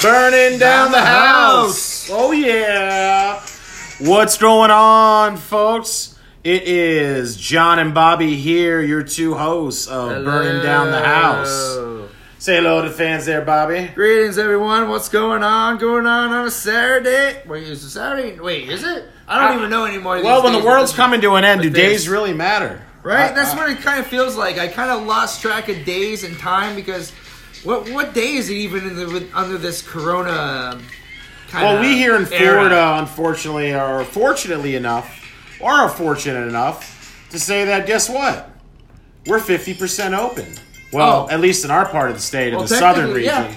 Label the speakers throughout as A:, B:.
A: Burning down the house. Oh yeah. What's going on, folks? It is John and Bobby here, your two hosts of Burning Down the House.
B: Hello.
A: Say hello to the fans there, Bobby.
B: Greetings, everyone. What's going on? Going on on a Saturday? Wait, is it Saturday? Wait, is it? I don't
A: I-
B: even know anymore.
A: Well,
B: these
A: when the
B: days.
A: world's coming to an end, do
B: But this-
A: days really matter? Uh,
B: right?
A: I-
B: That's
A: I-
B: what it kind of feels like. I kind of lost track of days and time because what what day is it even in the with, under this Corona? um, Kind
A: Well, we here in Florida, unfortunately, are fortunately enough, or are fortunate enough to say that guess what? We're 50% open. Well,
B: Oh.
A: at least in our part of the state, in
B: Well,
A: the southern
B: technically,
A: region.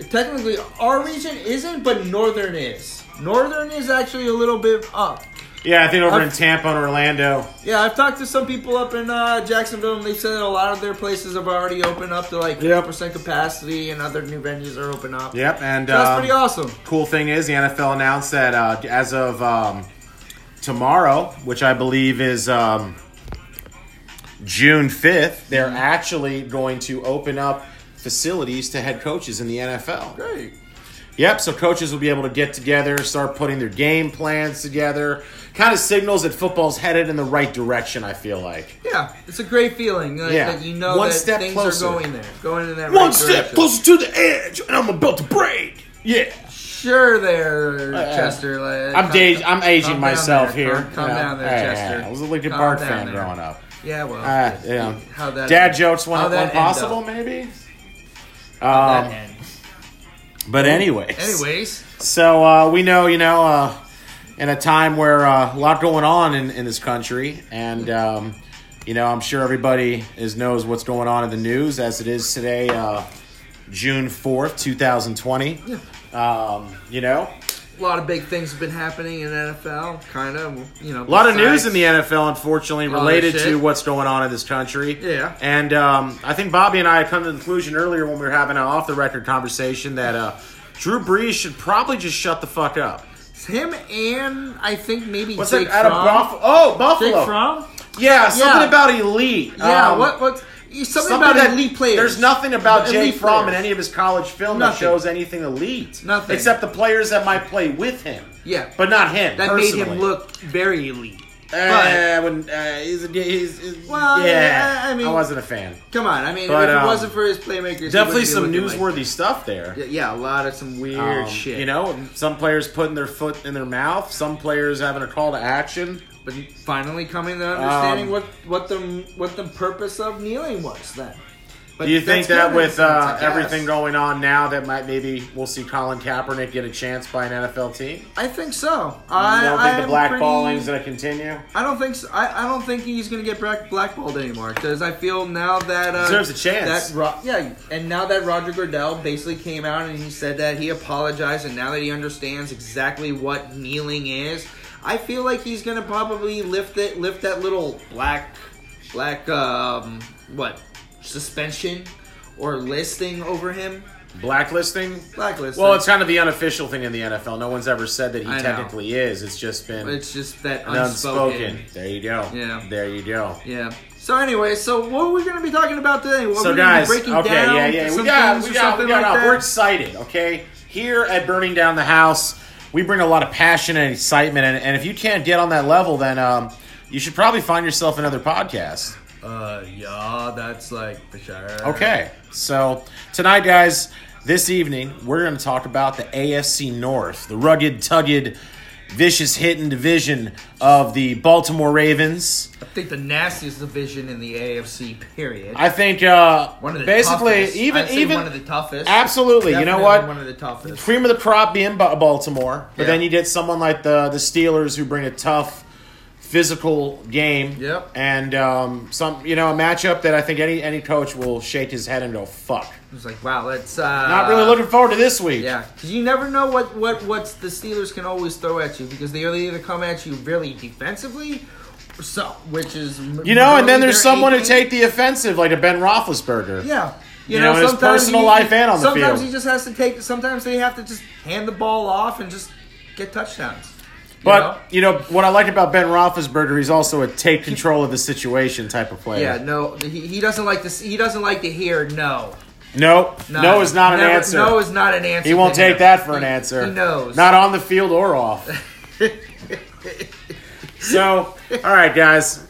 B: Yeah. Technically, our region isn't, but northern is. Northern is actually a little bit up.
A: Yeah, I think over
B: I've-
A: in Tampa and Orlando.
B: Yeah, I've talked to some people up in uh, Jacksonville, and they said that a lot of their places have already opened up to like
A: Yep.
B: 50% capacity, and other new venues are open up.
A: Yep, and
B: So that's
A: um,
B: pretty awesome.
A: cool thing is the NFL announced that uh, as of um, tomorrow, which I believe is um, June fifth, they're actually going to open up facilities to head coaches in the NFL.
B: Great.
A: Yep, so coaches will be able to get together, start putting their game plans together. Kind of signals that football's headed in the right direction. I feel like
B: Yeah, it's a great feeling like,
A: Yeah.
B: that you know
A: One
B: that
A: step
B: things
A: closer.
B: are going there, going in that
A: one
B: right
A: step
B: direction.
A: closer to the edge, and I'm about to break. Yeah.
B: Sure, there,
A: Uh,
B: Chester. Like,
A: I'm,
B: calm-
A: da- I'm aging
B: calm down
A: myself
B: there.
A: here.
B: Calm, calm
A: you know.
B: down there,
A: Hey,
B: Chester.
A: I was a Lincoln
B: Calm
A: Park
B: down
A: fan
B: there.
A: growing up.
B: Yeah, well,
A: Uh, yeah.
B: how that
A: Dad jokes
B: how
A: when,
B: that
A: when
B: end
A: possible,
B: up.
A: maybe.
B: That
A: Um,
B: end.
A: but anyways,
B: Anyways,
A: so uh, we know you know uh, in a time where uh, a lot going on in, in this country, and um, you know I'm sure everybody is knows what's going on in the news as it is today, uh, June fourth, two thousand twenty. Um, you know,
B: a lot of big things have been happening in NFL. Kind of, you
A: A
B: know,
A: lot of news in the NFL, unfortunately,
B: Lot of
A: related to
B: Oh, shit.
A: what's going on in this country.
B: Yeah.
A: And um, I think Bobby and I had come to the conclusion earlier when we were having an off the record conversation that uh, Drew Brees should probably just shut the fuck up.
B: him and I think maybe
A: What's
B: Jake
A: that? Out of
B: Fromm.
A: Buffalo? Oh,
B: Jake
A: Buffalo.
B: Fromm?
A: Yeah, something
B: Yeah.
A: about elite.
B: Yeah.
A: Um,
B: what? What? Something,
A: Something
B: about
A: that-
B: elite players.
A: There's nothing about
B: Elite
A: Jake Fromm in
B: players.
A: any of his college film that
B: Nothing.
A: shows anything elite.
B: Nothing.
A: Except the players that might play with him.
B: Yeah.
A: But not him.
B: that made
A: personally.
B: him look very elite.
A: Uh,
B: but
A: I wouldn't- uh, he's, a- he's, he's-
B: Well,
A: yeah.
B: I- I mean-
A: wasn't a fan.
B: Come on, I mean,
A: But,
B: if it
A: um,
B: wasn't for his playmakers, he
A: Definitely
B: wouldn't be
A: some
B: looking like-
A: newsworthy stuff there.
B: Yeah, yeah, a lot of some weird
A: Um,
B: shit.
A: You know, some players putting their foot in their mouth, some players having a call to action.
B: but finally coming to understanding
A: Um,
B: what what the what the purpose of kneeling was then. But
A: Do you think
B: that's
A: that
B: good
A: with
B: in a
A: uh,
B: sense, I guess.
A: everything going on now, that might maybe we'll see Colin Kaepernick get a chance by an NFL team?
B: I think so.
A: You
B: I
A: don't
B: I
A: think
B: am
A: the blackballing's
B: pretty-
A: going to continue?
B: I don't think so. I, I don't think he's gonna get black, blackballed anymore because I feel now that uh,
A: Deserves a chance.
B: That Ro- yeah, and now that Roger Goodell basically came out and he said that he apologized and now that he understands exactly what kneeling is, I feel like he's gonna probably lift it, lift that little black, black um what suspension or listing over him,
A: Blacklisting?
B: blacklist.
A: Well, it's kind of the unofficial thing in the NFL. No one's ever said that he
B: I know.
A: technically is. It's just been
B: it's just that
A: unspoken.
B: unspoken.
A: There you go.
B: Yeah.
A: There you go.
B: Yeah. So anyway, so what are we going to be talking about today? What
A: so
B: we gonna
A: guys,
B: be
A: okay, yeah, yeah, we got, we
B: things
A: got, we
B: or something
A: got,
B: like
A: off.
B: that?
A: we're excited. Okay, here at Burning Down the House, we bring a lot of passion and excitement, and, and if you can't get on that level, then um, you should probably find yourself another podcast.
B: Uh, yeah, that's like for sure.
A: Okay, so tonight, guys, this evening, we're going to talk about the AFC North, the rugged, tugged, vicious hitting division of the Baltimore Ravens.
B: I think the nastiest division in the AFC. Period.
A: I think uh,
B: one of the
A: basically
B: toughest.
A: even
B: I'd say
A: even
B: one of the toughest.
A: absolutely. You know
B: Definitely
A: what?
B: One of the toughest.
A: cream of the crop being Ba- Baltimore, but
B: Yeah.
A: then you get someone like the the Steelers who bring a tough physical game.
B: Yep.
A: And um, some you know a matchup that I think any any coach will shake his head and go fuck.
B: It's like wow, that's uh,
A: Not really looking forward to this week.
B: Yeah, because you never know what what what's the Steelers can always throw at you because they either come at you really defensively, so which is
A: You know, and then there's
B: really their A
A: someone who
B: game.
A: take the offensive, like a Ben Roethlisberger.
B: Yeah.
A: You know, in his personal life and on the
B: sometimes
A: field.
B: he just has to take. Sometimes they have to just hand the ball off and just get touchdowns. you know?
A: But you know? what I like about Ben Roethlisberger, he's also a take control of the situation type of player.
B: yeah, no, he, he doesn't like to. s- He doesn't like to hear no.
A: No,
B: Nah,
A: no is not an
B: never-
A: answer.
B: No is not an answer.
A: he won't
B: to
A: take
B: him.
A: that for an
B: He-
A: answer.
B: He knows.
A: Not on the field or off. so, all right, guys.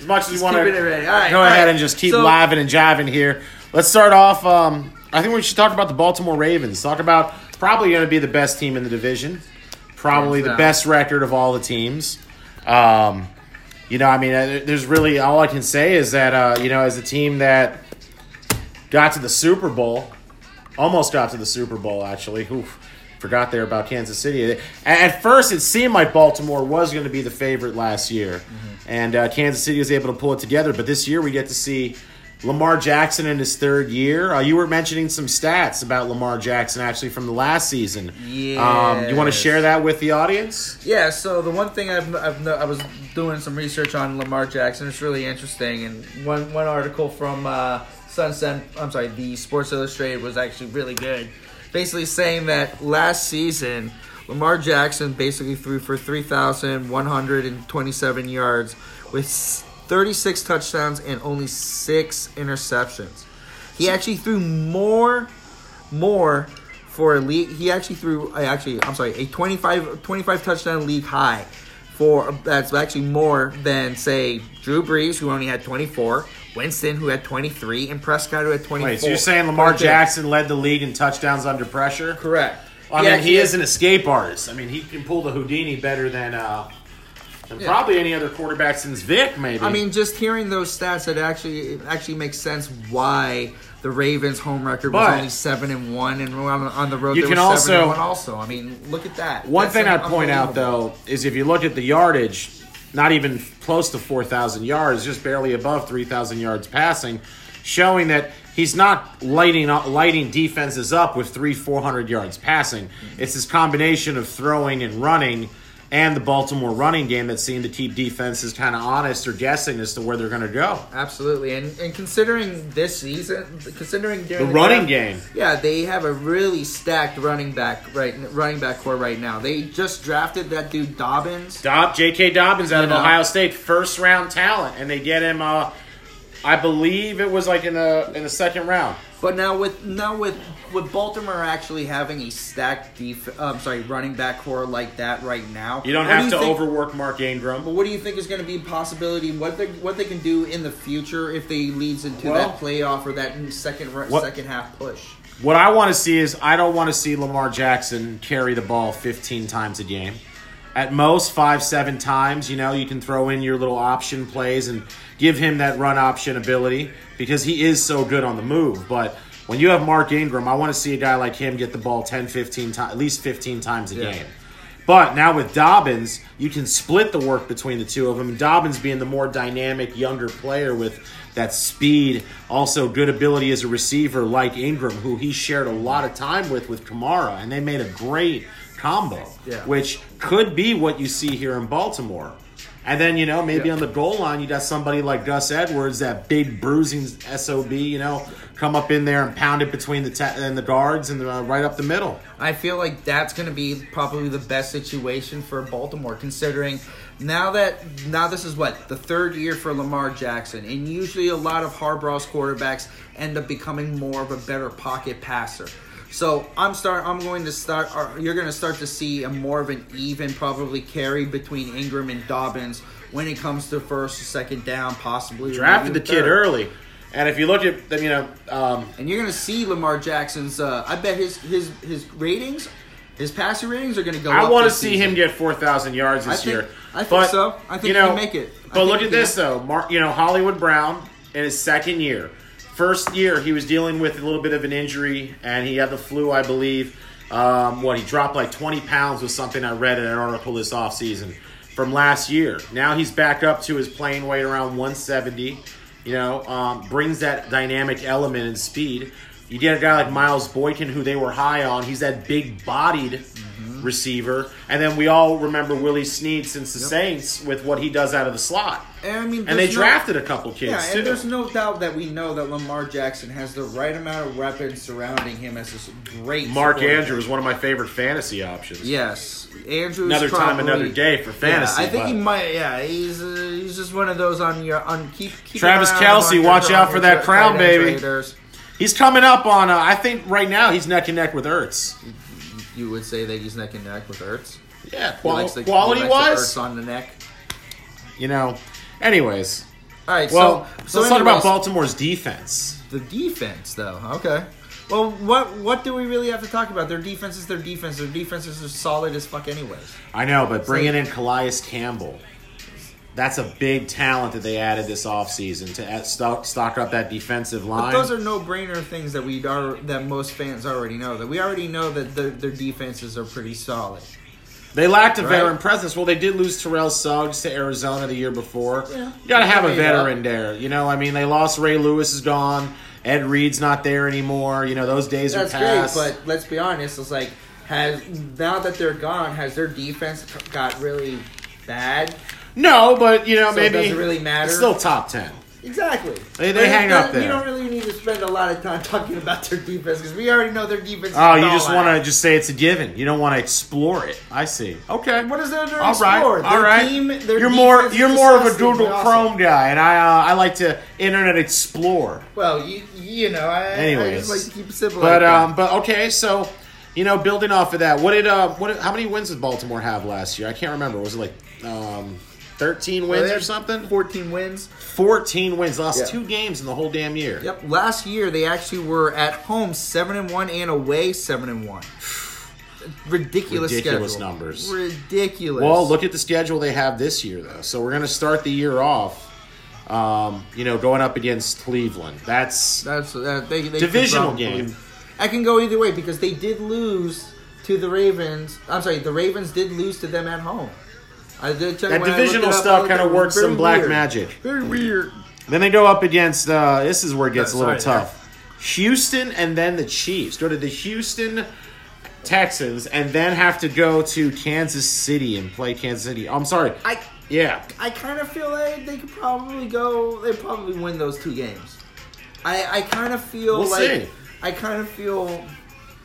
A: As much as you want to
B: keeping it ready. All right,
A: go
B: all
A: ahead
B: right.
A: and just keep
B: So-
A: living and jiving here. Let's start off. Um, I think we should talk about the Baltimore Ravens. Talk about probably going to be the best team in the division. Probably
B: Hands
A: the
B: down.
A: best record of all the teams. Um, you know, I mean, uh, there's really all I can say is that uh, you know, as a team that got to the Super Bowl, almost got to the Super Bowl actually. Oof, forgot there about Kansas City. At- At first, it seemed like Baltimore was going to be the favorite last year,
B: Mm-hmm.
A: and uh, Kansas City was able to pull it together. But this year, we get to see Lamar Jackson in his third year. Uh, you were mentioning some stats about Lamar Jackson actually from the last season. Um, you want to
B: Yes.
A: share that with the audience?
B: Yeah, so the one thing I've, I've no, I was doing some research on Lamar Jackson. It's really interesting, and one one article from uh, Sunset, I'm sorry, the Sports Illustrated was actually really good. Basically saying that last season, Lamar Jackson basically threw for 3,127 yards with s- 36 touchdowns and only six interceptions. He actually threw more more for a league. He actually threw uh, actually I'm sorry a 25, 25 touchdown league high for that's actually more than say Drew Brees who only had 24, Winston who had 23, and Prescott who had 24.
A: Wait, so you're saying Lamar
B: 23.
A: Jackson led the league in touchdowns under pressure?
B: Correct.
A: I
B: Yeah,
A: mean, he is an escape artist. I mean, he can pull the Houdini better than uh, than
B: Yeah.
A: probably any other quarterback since Vic. Maybe.
B: I mean, just hearing those stats, it actually it actually makes sense why the Ravens' home record was
A: But-
B: only seven and one, and on, on the road
A: You
B: they
A: can
B: were seven
A: also-
B: and one. Also, I mean, look at that.
A: one
B: That's
A: thing I'd point out
B: unbelievable.
A: though is if you look at the yardage, not even close to four thousand yards, just barely above three thousand yards passing, showing that he's not lighting lighting defenses up with three four hundred yards passing. It's this combination of throwing and running. And the Baltimore running game that seemed to keep defenses kind of honest or guessing as to where they're going to go.
B: Absolutely, and and considering this season, considering during
A: The running
B: draft-
A: game.
B: yeah, they have a really stacked running back right running back core right now. They just drafted that dude Dobbins.
A: Dob, J.K. Dobbins out of
B: You know.
A: Ohio State, first round talent, and they get him. Uh, I believe it was like in the in the second round.
B: But now with now with with Baltimore actually having a stacked def, I'm sorry, running back core like that right now,
A: You don't
B: what
A: have
B: do
A: to
B: think-
A: overwork Mark Ingram.
B: What do you think is going to be possibility? What they what they can do in the future if they leads into
A: Well-
B: that playoff or that second ru-
A: What-
B: second half push?
A: What I want to see is I don't want to see Lamar Jackson carry the ball 15 times a game. At most five, seven times. You know, you can throw in your little option plays and give him that run option ability because he is so good on the move. But when you have Mark Ingram, I want to see a guy like him get the ball 10, 15 times, at least 15 times a
B: Yeah.
A: game. But now with Dobbins, you can split the work between the two of them. Dobbins being the more dynamic, younger player with that speed, also good ability as a receiver, like Ingram, who he shared a lot of time with with Kamara, and they made a great combo,
B: Yeah.
A: which could be what you see here in Baltimore. And then you know maybe
B: Yeah.
A: on the goal line you got somebody like Gus Edwards, that big bruising sob, you know, come up in there and pound it between the ta- and the guards and uh, right up the middle.
B: I feel like that's going to be probably the best situation for Baltimore, considering now that now this is what the third year for Lamar Jackson, and usually a lot of Harbaugh's quarterbacks end up becoming more of a better pocket passer. So I'm start. I'm going to start. Or you're going to start to see a more of an even probably carry between Ingram and Dobbins when it comes to first, second down, possibly
A: drafted the
B: maybe
A: kid
B: third.
A: early, and if you look at them, you know, um,
B: And you're gonna see Lamar Jackson's. Uh, I bet his his his ratings, his passer ratings are gonna go.
A: I
B: up
A: want to
B: this
A: see
B: season.
A: him get four thousand yards this
B: I think-
A: year.
B: I think
A: But,
B: so. I think
A: you
B: he
A: know,
B: can make it. I
A: But
B: think
A: look
B: he
A: at this
B: can.
A: though, Mark. You know, Hollywood Brown in his second year, first year he was dealing with a little bit of an injury, and he had the flu, I believe. Um, what he dropped like twenty pounds was something I read in an article this offseason from last year. Now he's back up to his playing weight around one seventy. You know, um, brings that dynamic element and speed. You get a guy like Miles Boykin, who they were high on. He's that big-bodied receiver, and then we all remember Willie Snead since the Saints with what he does out of the slot.
B: And, I mean,
A: And they
B: there's no-
A: drafted a couple kids
B: Yeah,
A: too.
B: and there's no doubt that we know that Lamar Jackson has the right amount of weapons surrounding him as this great
A: Mark
B: supporting-
A: Andrew is one of my favorite fantasy options.
B: Yes, Andrews.
A: Another time,
B: probably,
A: another day for fantasy,
B: Yeah, I think
A: but-
B: he might. Yeah, he's uh, he's just one of those on your on keep. keep
A: Travis
B: an eye on
A: Kelce,
B: Lamar
A: watch
B: Jackson
A: out for
B: on
A: that
B: your
A: crown,
B: tight end
A: baby.
B: Raiders.
A: He's coming up on. Uh, I think right now he's neck and neck with Ertz.
B: You would say that he's neck and neck with Ertz.
A: Yeah,
B: He
A: qual-
B: likes the- he
A: quality
B: likes the
A: wise,
B: Ertz on the neck.
A: you know. Anyways,
B: All right.
A: well,
B: so, so
A: let's talk about
B: anyways,
A: Baltimore's defense.
B: The defense, though. Okay. Well, what what do we really have to talk about? Their defense is their defense. Their defenses are solid as fuck, anyways.
A: I know, but bringing in Calais Campbell, that's a big talent that they added this offseason to add- stock, stock up that defensive line.
B: Those are no brainer things that we are that most fans already know. That we already know that their, their defenses are pretty solid.
A: they lacked a
B: Right.
A: veteran presence. Well, they did lose Terrell Suggs to Arizona the year before.
B: Yeah.
A: You got to have a
B: Made up.
A: veteran there. You know, I mean, they lost Ray Lewis is gone. Ed Reed's not there anymore. You know, those days
B: That's
A: are past.
B: great, but let's be honest. It's like has now that they're gone, has their defense got really bad?
A: no, but you know,
B: So
A: maybe
B: it doesn't really matter?
A: It's still top ten.
B: Exactly.
A: They- they
B: Like,
A: hang
B: that-
A: up
B: You
A: there.
B: don't really need to spend a lot of time talking about their defense because we already know their defense. is
A: Oh, you
B: all
A: just
B: out.
A: want to just say it's a given. You don't want to explore it. I see. Okay.
B: What is there to
A: All right,
B: explore?
A: all
B: Their
A: right.
B: team- their
A: you're more
B: defense
A: you're
B: is
A: more of a
B: disgusting,
A: Google
B: but awesome.
A: Chrome guy, and I uh, I like to internet explore.
B: Well, you, you know, I, I
A: Anyways.
B: just like to keep it simple. like
A: But
B: that.
A: um, but okay, so you know, building off of that, what did uh, what did, how many wins did Baltimore have last year? I can't remember. Was it like um, thirteen
B: Well,
A: wins
B: they
A: or
B: had
A: something?
B: 14 wins.
A: Fourteen wins, lost
B: Yeah.
A: two games in the whole damn year.
B: Yep. Last year they actually were at home seven and one and away seven and one. Ridiculous,
A: Ridiculous
B: schedule.
A: numbers.
B: Ridiculous.
A: Well, look at the schedule they have this year, though. So we're going to start the year off, um, you know, going up against Cleveland. That's
B: That's that they, they
A: Divisional
B: could probably-
A: game.
B: I can go either way because they did lose to the Ravens. I'm sorry, the Ravens did lose to them at home. I did check
A: That
B: when I
A: divisional
B: looked it up,
A: stuff
B: it
A: kinda
B: was
A: works
B: very
A: some black
B: weird.
A: magic.
B: Very weird.
A: Then they go up against. Uh, this is where it gets a
B: Uh,
A: little
B: sorry,
A: tough. Houston and then the Chiefs go to the Houston Texans and then have to go to Kansas City and play Kansas City. I'm sorry.
B: I
A: yeah,
B: I kind of feel like they could probably go. They probably win those two games. I I kind of feel
A: We'll
B: like
A: see.
B: I kind of feel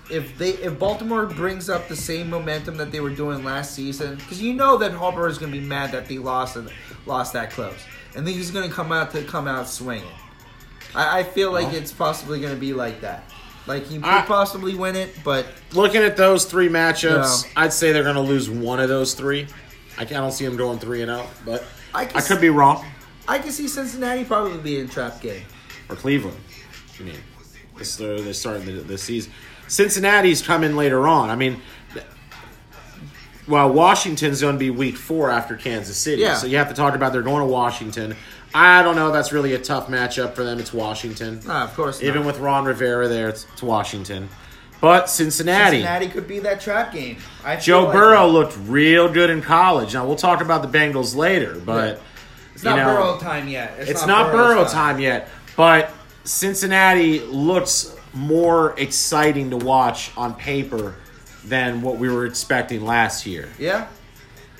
B: if they if Baltimore brings up the same momentum that they were doing last season, because you know that Harper is going to be mad that they lost and lost that close, and then he's going to come out to come out swinging. I, I feel like it's possibly going to be like that. Like he could
A: I-
B: possibly win it, but
A: looking at those three matchups,
B: No.
A: I'd say they're going to lose one of those three. I, ca- I don't see them going three and out, but
B: I
A: I,
B: can
A: could be wrong.
B: I can see Cincinnati probably being a trap game.
A: Or Cleveland. I mean, this, they're, they're starting the, the season. Cincinnati's coming later on. I mean, th- well, Washington's going to be week four after Kansas City.
B: Yeah.
A: So you have to talk about they're going to Washington. I don't know. That's really a tough matchup for them. It's Washington.
B: Ah, of course,
A: Even
B: not.
A: with Ron Rivera there, it's, it's Washington. But Cincinnati.
B: Cincinnati could be that trap game. I feel
A: Joe
B: like-
A: Burrow looked real good in college. Now, we'll talk about the Bengals later, but.
B: Yeah. It's
A: you
B: not
A: know,
B: Burrow time yet.
A: It's not, Burrow time yet, but Cincinnati looks more exciting to watch on paper than what we were expecting last year.
B: Yeah,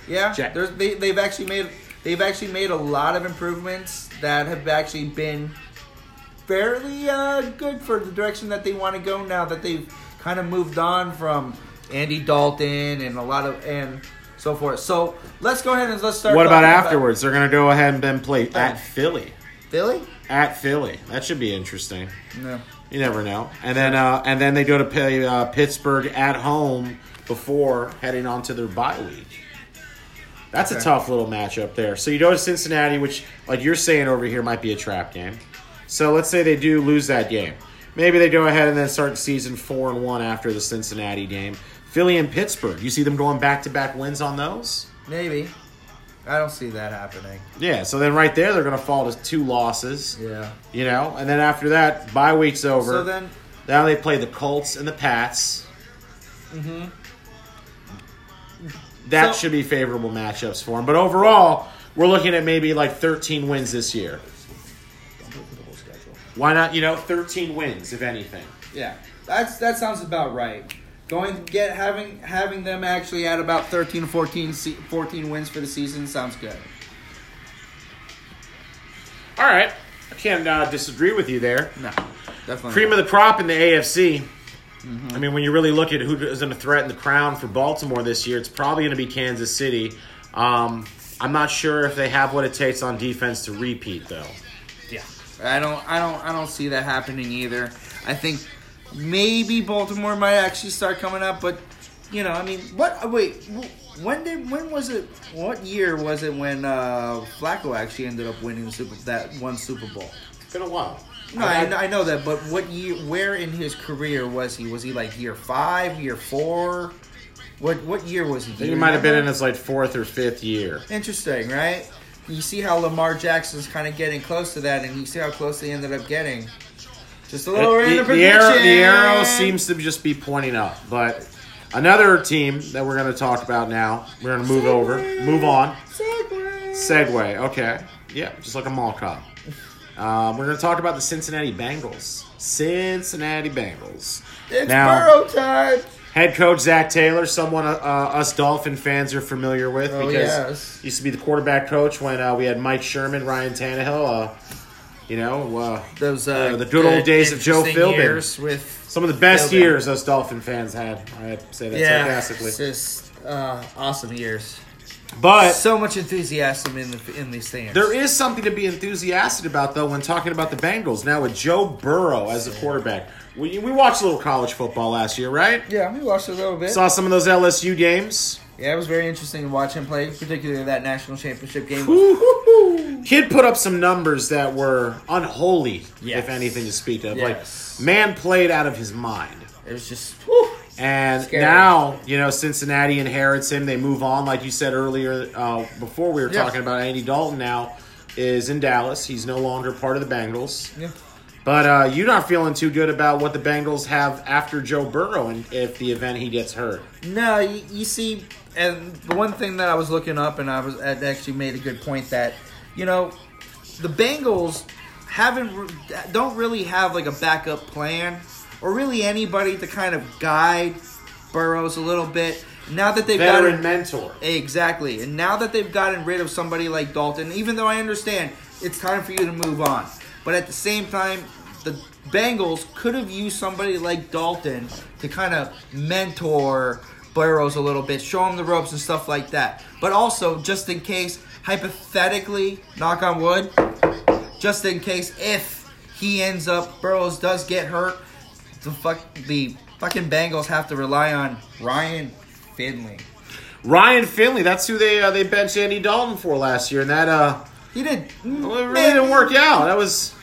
B: yeah.
A: Check.
B: There's, they, they've actually made they've actually made a lot of improvements that have actually been fairly uh, good for the direction that they want to go now that they've kind of moved on from Andy Dalton and a lot of and so forth. So let's go ahead and let's start.
A: What about
B: talking
A: afterwards? They're going to go ahead and then play at Philly.
B: Philly?
A: At Philly, that should be interesting.
B: No.
A: You never know. And then, uh, and then they go to play uh, Pittsburgh at home before heading on to their bye week. That's a
B: Okay.
A: tough little matchup there. So you go to Cincinnati, which, like you're saying over here, might be a trap game. So let's say they do lose that game. Maybe they go ahead and then start season four and one after the Cincinnati game. Philly and Pittsburgh. You see them going back to back wins on those?
B: Maybe. I don't see that happening.
A: Yeah. So then right there, they're going to fall to two losses.
B: Yeah.
A: You know, and then after that, bye week's over.
B: So then,
A: Now they play the Colts and the Pats. Mm-hmm. That
B: So-
A: should be favorable matchups for them. But overall, we're looking at maybe like 13 wins this year. Why not, you know, 13 wins, if anything?
B: Yeah, that's that sounds about right. Going get having having them actually at about 13 or 14, se- 14 wins for the season sounds good.
A: All right. I can't uh, disagree with you there.
B: No, definitely.
A: Cream of the crop in the AFC. I mean, when you really look at who is going to threaten the crown for Baltimore this year, it's probably going to be Kansas City. Um, I'm not sure if they have what it takes on defense to repeat, though.
B: yeah. I don't I don't I don't see that happening either. I think maybe Baltimore might actually start coming up, but you know, I mean, what? uh, Wait, wh- when did when was it? What year was it when uh, Flacco actually ended up winning the Super that one Super Bowl?
A: It's been a while.
B: No, I, I know that, but what year? Where in his career was he? Was he like year five, year four? What what year was he? Do
A: think
B: you
A: he might have been in
B: remember?
A: his like fourth or fifth year.
B: Interesting, right? You see how Lamar Jackson's kind of getting close to that, and you see how close they ended up getting. Just a little
A: the,
B: random
A: Uh, the arrow, the arrow
B: prediction.
A: seems to just be pointing up. But another team that we're going to talk about now, we're going to move over, move on.
B: Segway.
A: Segway, okay. Yeah, just like a mall cop. Um, we're going to talk about the Cincinnati Bengals. Cincinnati Bengals.
B: It's
A: Now-
B: Burrow time.
A: Head coach Zach Taylor, someone uh, us Dolphin fans are familiar with
B: Oh,
A: because
B: yes.
A: used to be the quarterback coach when uh, we had Mike Sherman, Ryan Tannehill. Uh, you know, uh,
B: Those
A: uh, the good old days of Joe
B: interesting
A: Philbin.
B: years with
A: some of the best
B: Philbin.
A: years us Dolphin fans had. I say that
B: yeah,
A: sarcastically.
B: it's just uh, awesome years.
A: But
B: so much enthusiasm in the in these stands.
A: there is something to be enthusiastic about, though, when talking about the Bengals. Now, with Joe Burrow as the quarterback, we, we watched a little college football last year, right?
B: yeah, we watched a little bit.
A: Saw some of those LSU games.
B: yeah, it was very interesting to watch him play, particularly that national championship game.
A: Woo-hoo-hoo. Kid put up some numbers that were unholy,
B: Yes.
A: if anything to speak of.
B: Yes.
A: Like, man played out of his mind.
B: It was just whew,
A: And
B: Scary.
A: now, you know, Cincinnati inherits him. They move on, like you said earlier, uh, before we were
B: Yeah.
A: talking about Andy Dalton now is in Dallas. He's no longer part of the Bengals.
B: yeah.
A: But uh, you're not feeling too good about what the Bengals have after Joe Burrow and if the event he gets hurt.
B: No, you, you see, and the one thing that I was looking up, and I was I actually made a good point that you know the Bengals haven't re- don't really have like a backup plan or really anybody to kind of guide Burrows a little bit. Now that they've got
A: Veteran
B: a-
A: mentor.
B: Exactly. And now that they've gotten rid of somebody like Dalton, even though I understand it's time for you to move on, but at the same time, the Bengals could have used somebody like Dalton to kind of mentor Burrows a little bit, show him the ropes and stuff like that. But also, just in case, hypothetically, knock on wood, just in case if he ends up Burrows does get hurt, the fuck the fucking Bengals have to rely on Ryan Finley.
A: Ryan Finley, that's who they uh, they benched Andy Dalton for last year, and that uh,
B: He did.
A: well, it really didn't work out. That was,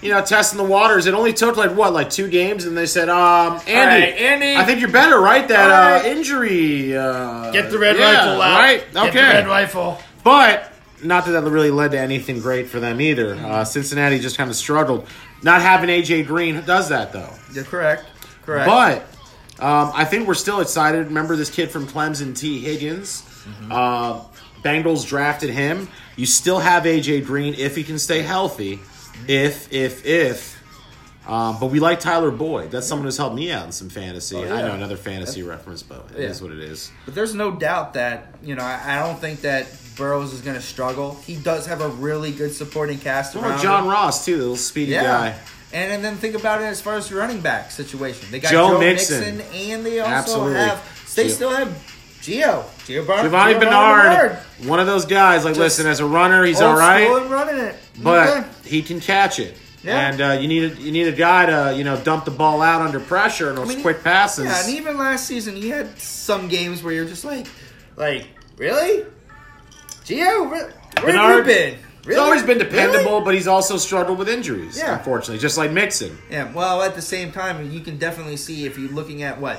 A: you know, testing the waters. It only took like what, like two games, and they said, um, Andy,
C: right, Andy.
A: I think you're better, right? That
C: All
A: uh,
C: right.
A: injury. Uh,
C: Get the red
A: yeah,
C: rifle out.
A: Right. Okay.
C: Get the red rifle.
A: But not that that really led to anything great for them either. Uh, Cincinnati just kind of struggled. Not having AJ Green does that though.
B: You're correct. Correct.
A: But um, I think we're still excited. Remember this kid from Clemson, T. Higgins.
B: Mm-hmm.
A: Uh, Bengals drafted him. You still have AJ Green if he can stay healthy. If if if. Um, but we like Tyler Boyd. That's someone who's helped me out in some fantasy. I
B: Oh, yeah.
A: know another fantasy reference, but it is
B: Yeah.
A: what it is.
B: But there's no doubt that you know I, I don't think that Burrows is going to struggle. He does have a really good supporting cast
A: What
B: around.
A: about Oh, John
B: him.
A: Ross too, the little speedy
B: um, Yeah.
A: guy?
B: And, and then think about it as far as the running back situation. They got
A: Joe
B: Joe,
A: Mixon.
B: Mixon. and they also
A: Absolutely.
B: have they
A: Gio-
B: still have Gio Gio Bar-
A: Giovanni
B: Giovanni
A: Bernard, one of those guys. Like,
B: Just
A: listen, as a runner, he's
B: Old
A: all right.
B: school and running it.
A: but
B: Okay.
A: he can catch it.
B: Yeah.
A: And uh, you need a, you need a guy to you know dump the ball out under pressure and those
B: mean,
A: quick passes.
B: Yeah, and even last season, he had some games where you're just like, like, really? Gio, where, where have you
A: Bernard-
B: been?
A: He's
B: Really?
A: always been dependable,
B: Really?
A: but he's also struggled with injuries.
B: Yeah.
A: unfortunately, just like Mixon.
B: Yeah, well, at the same time, you can definitely see if you're looking at what,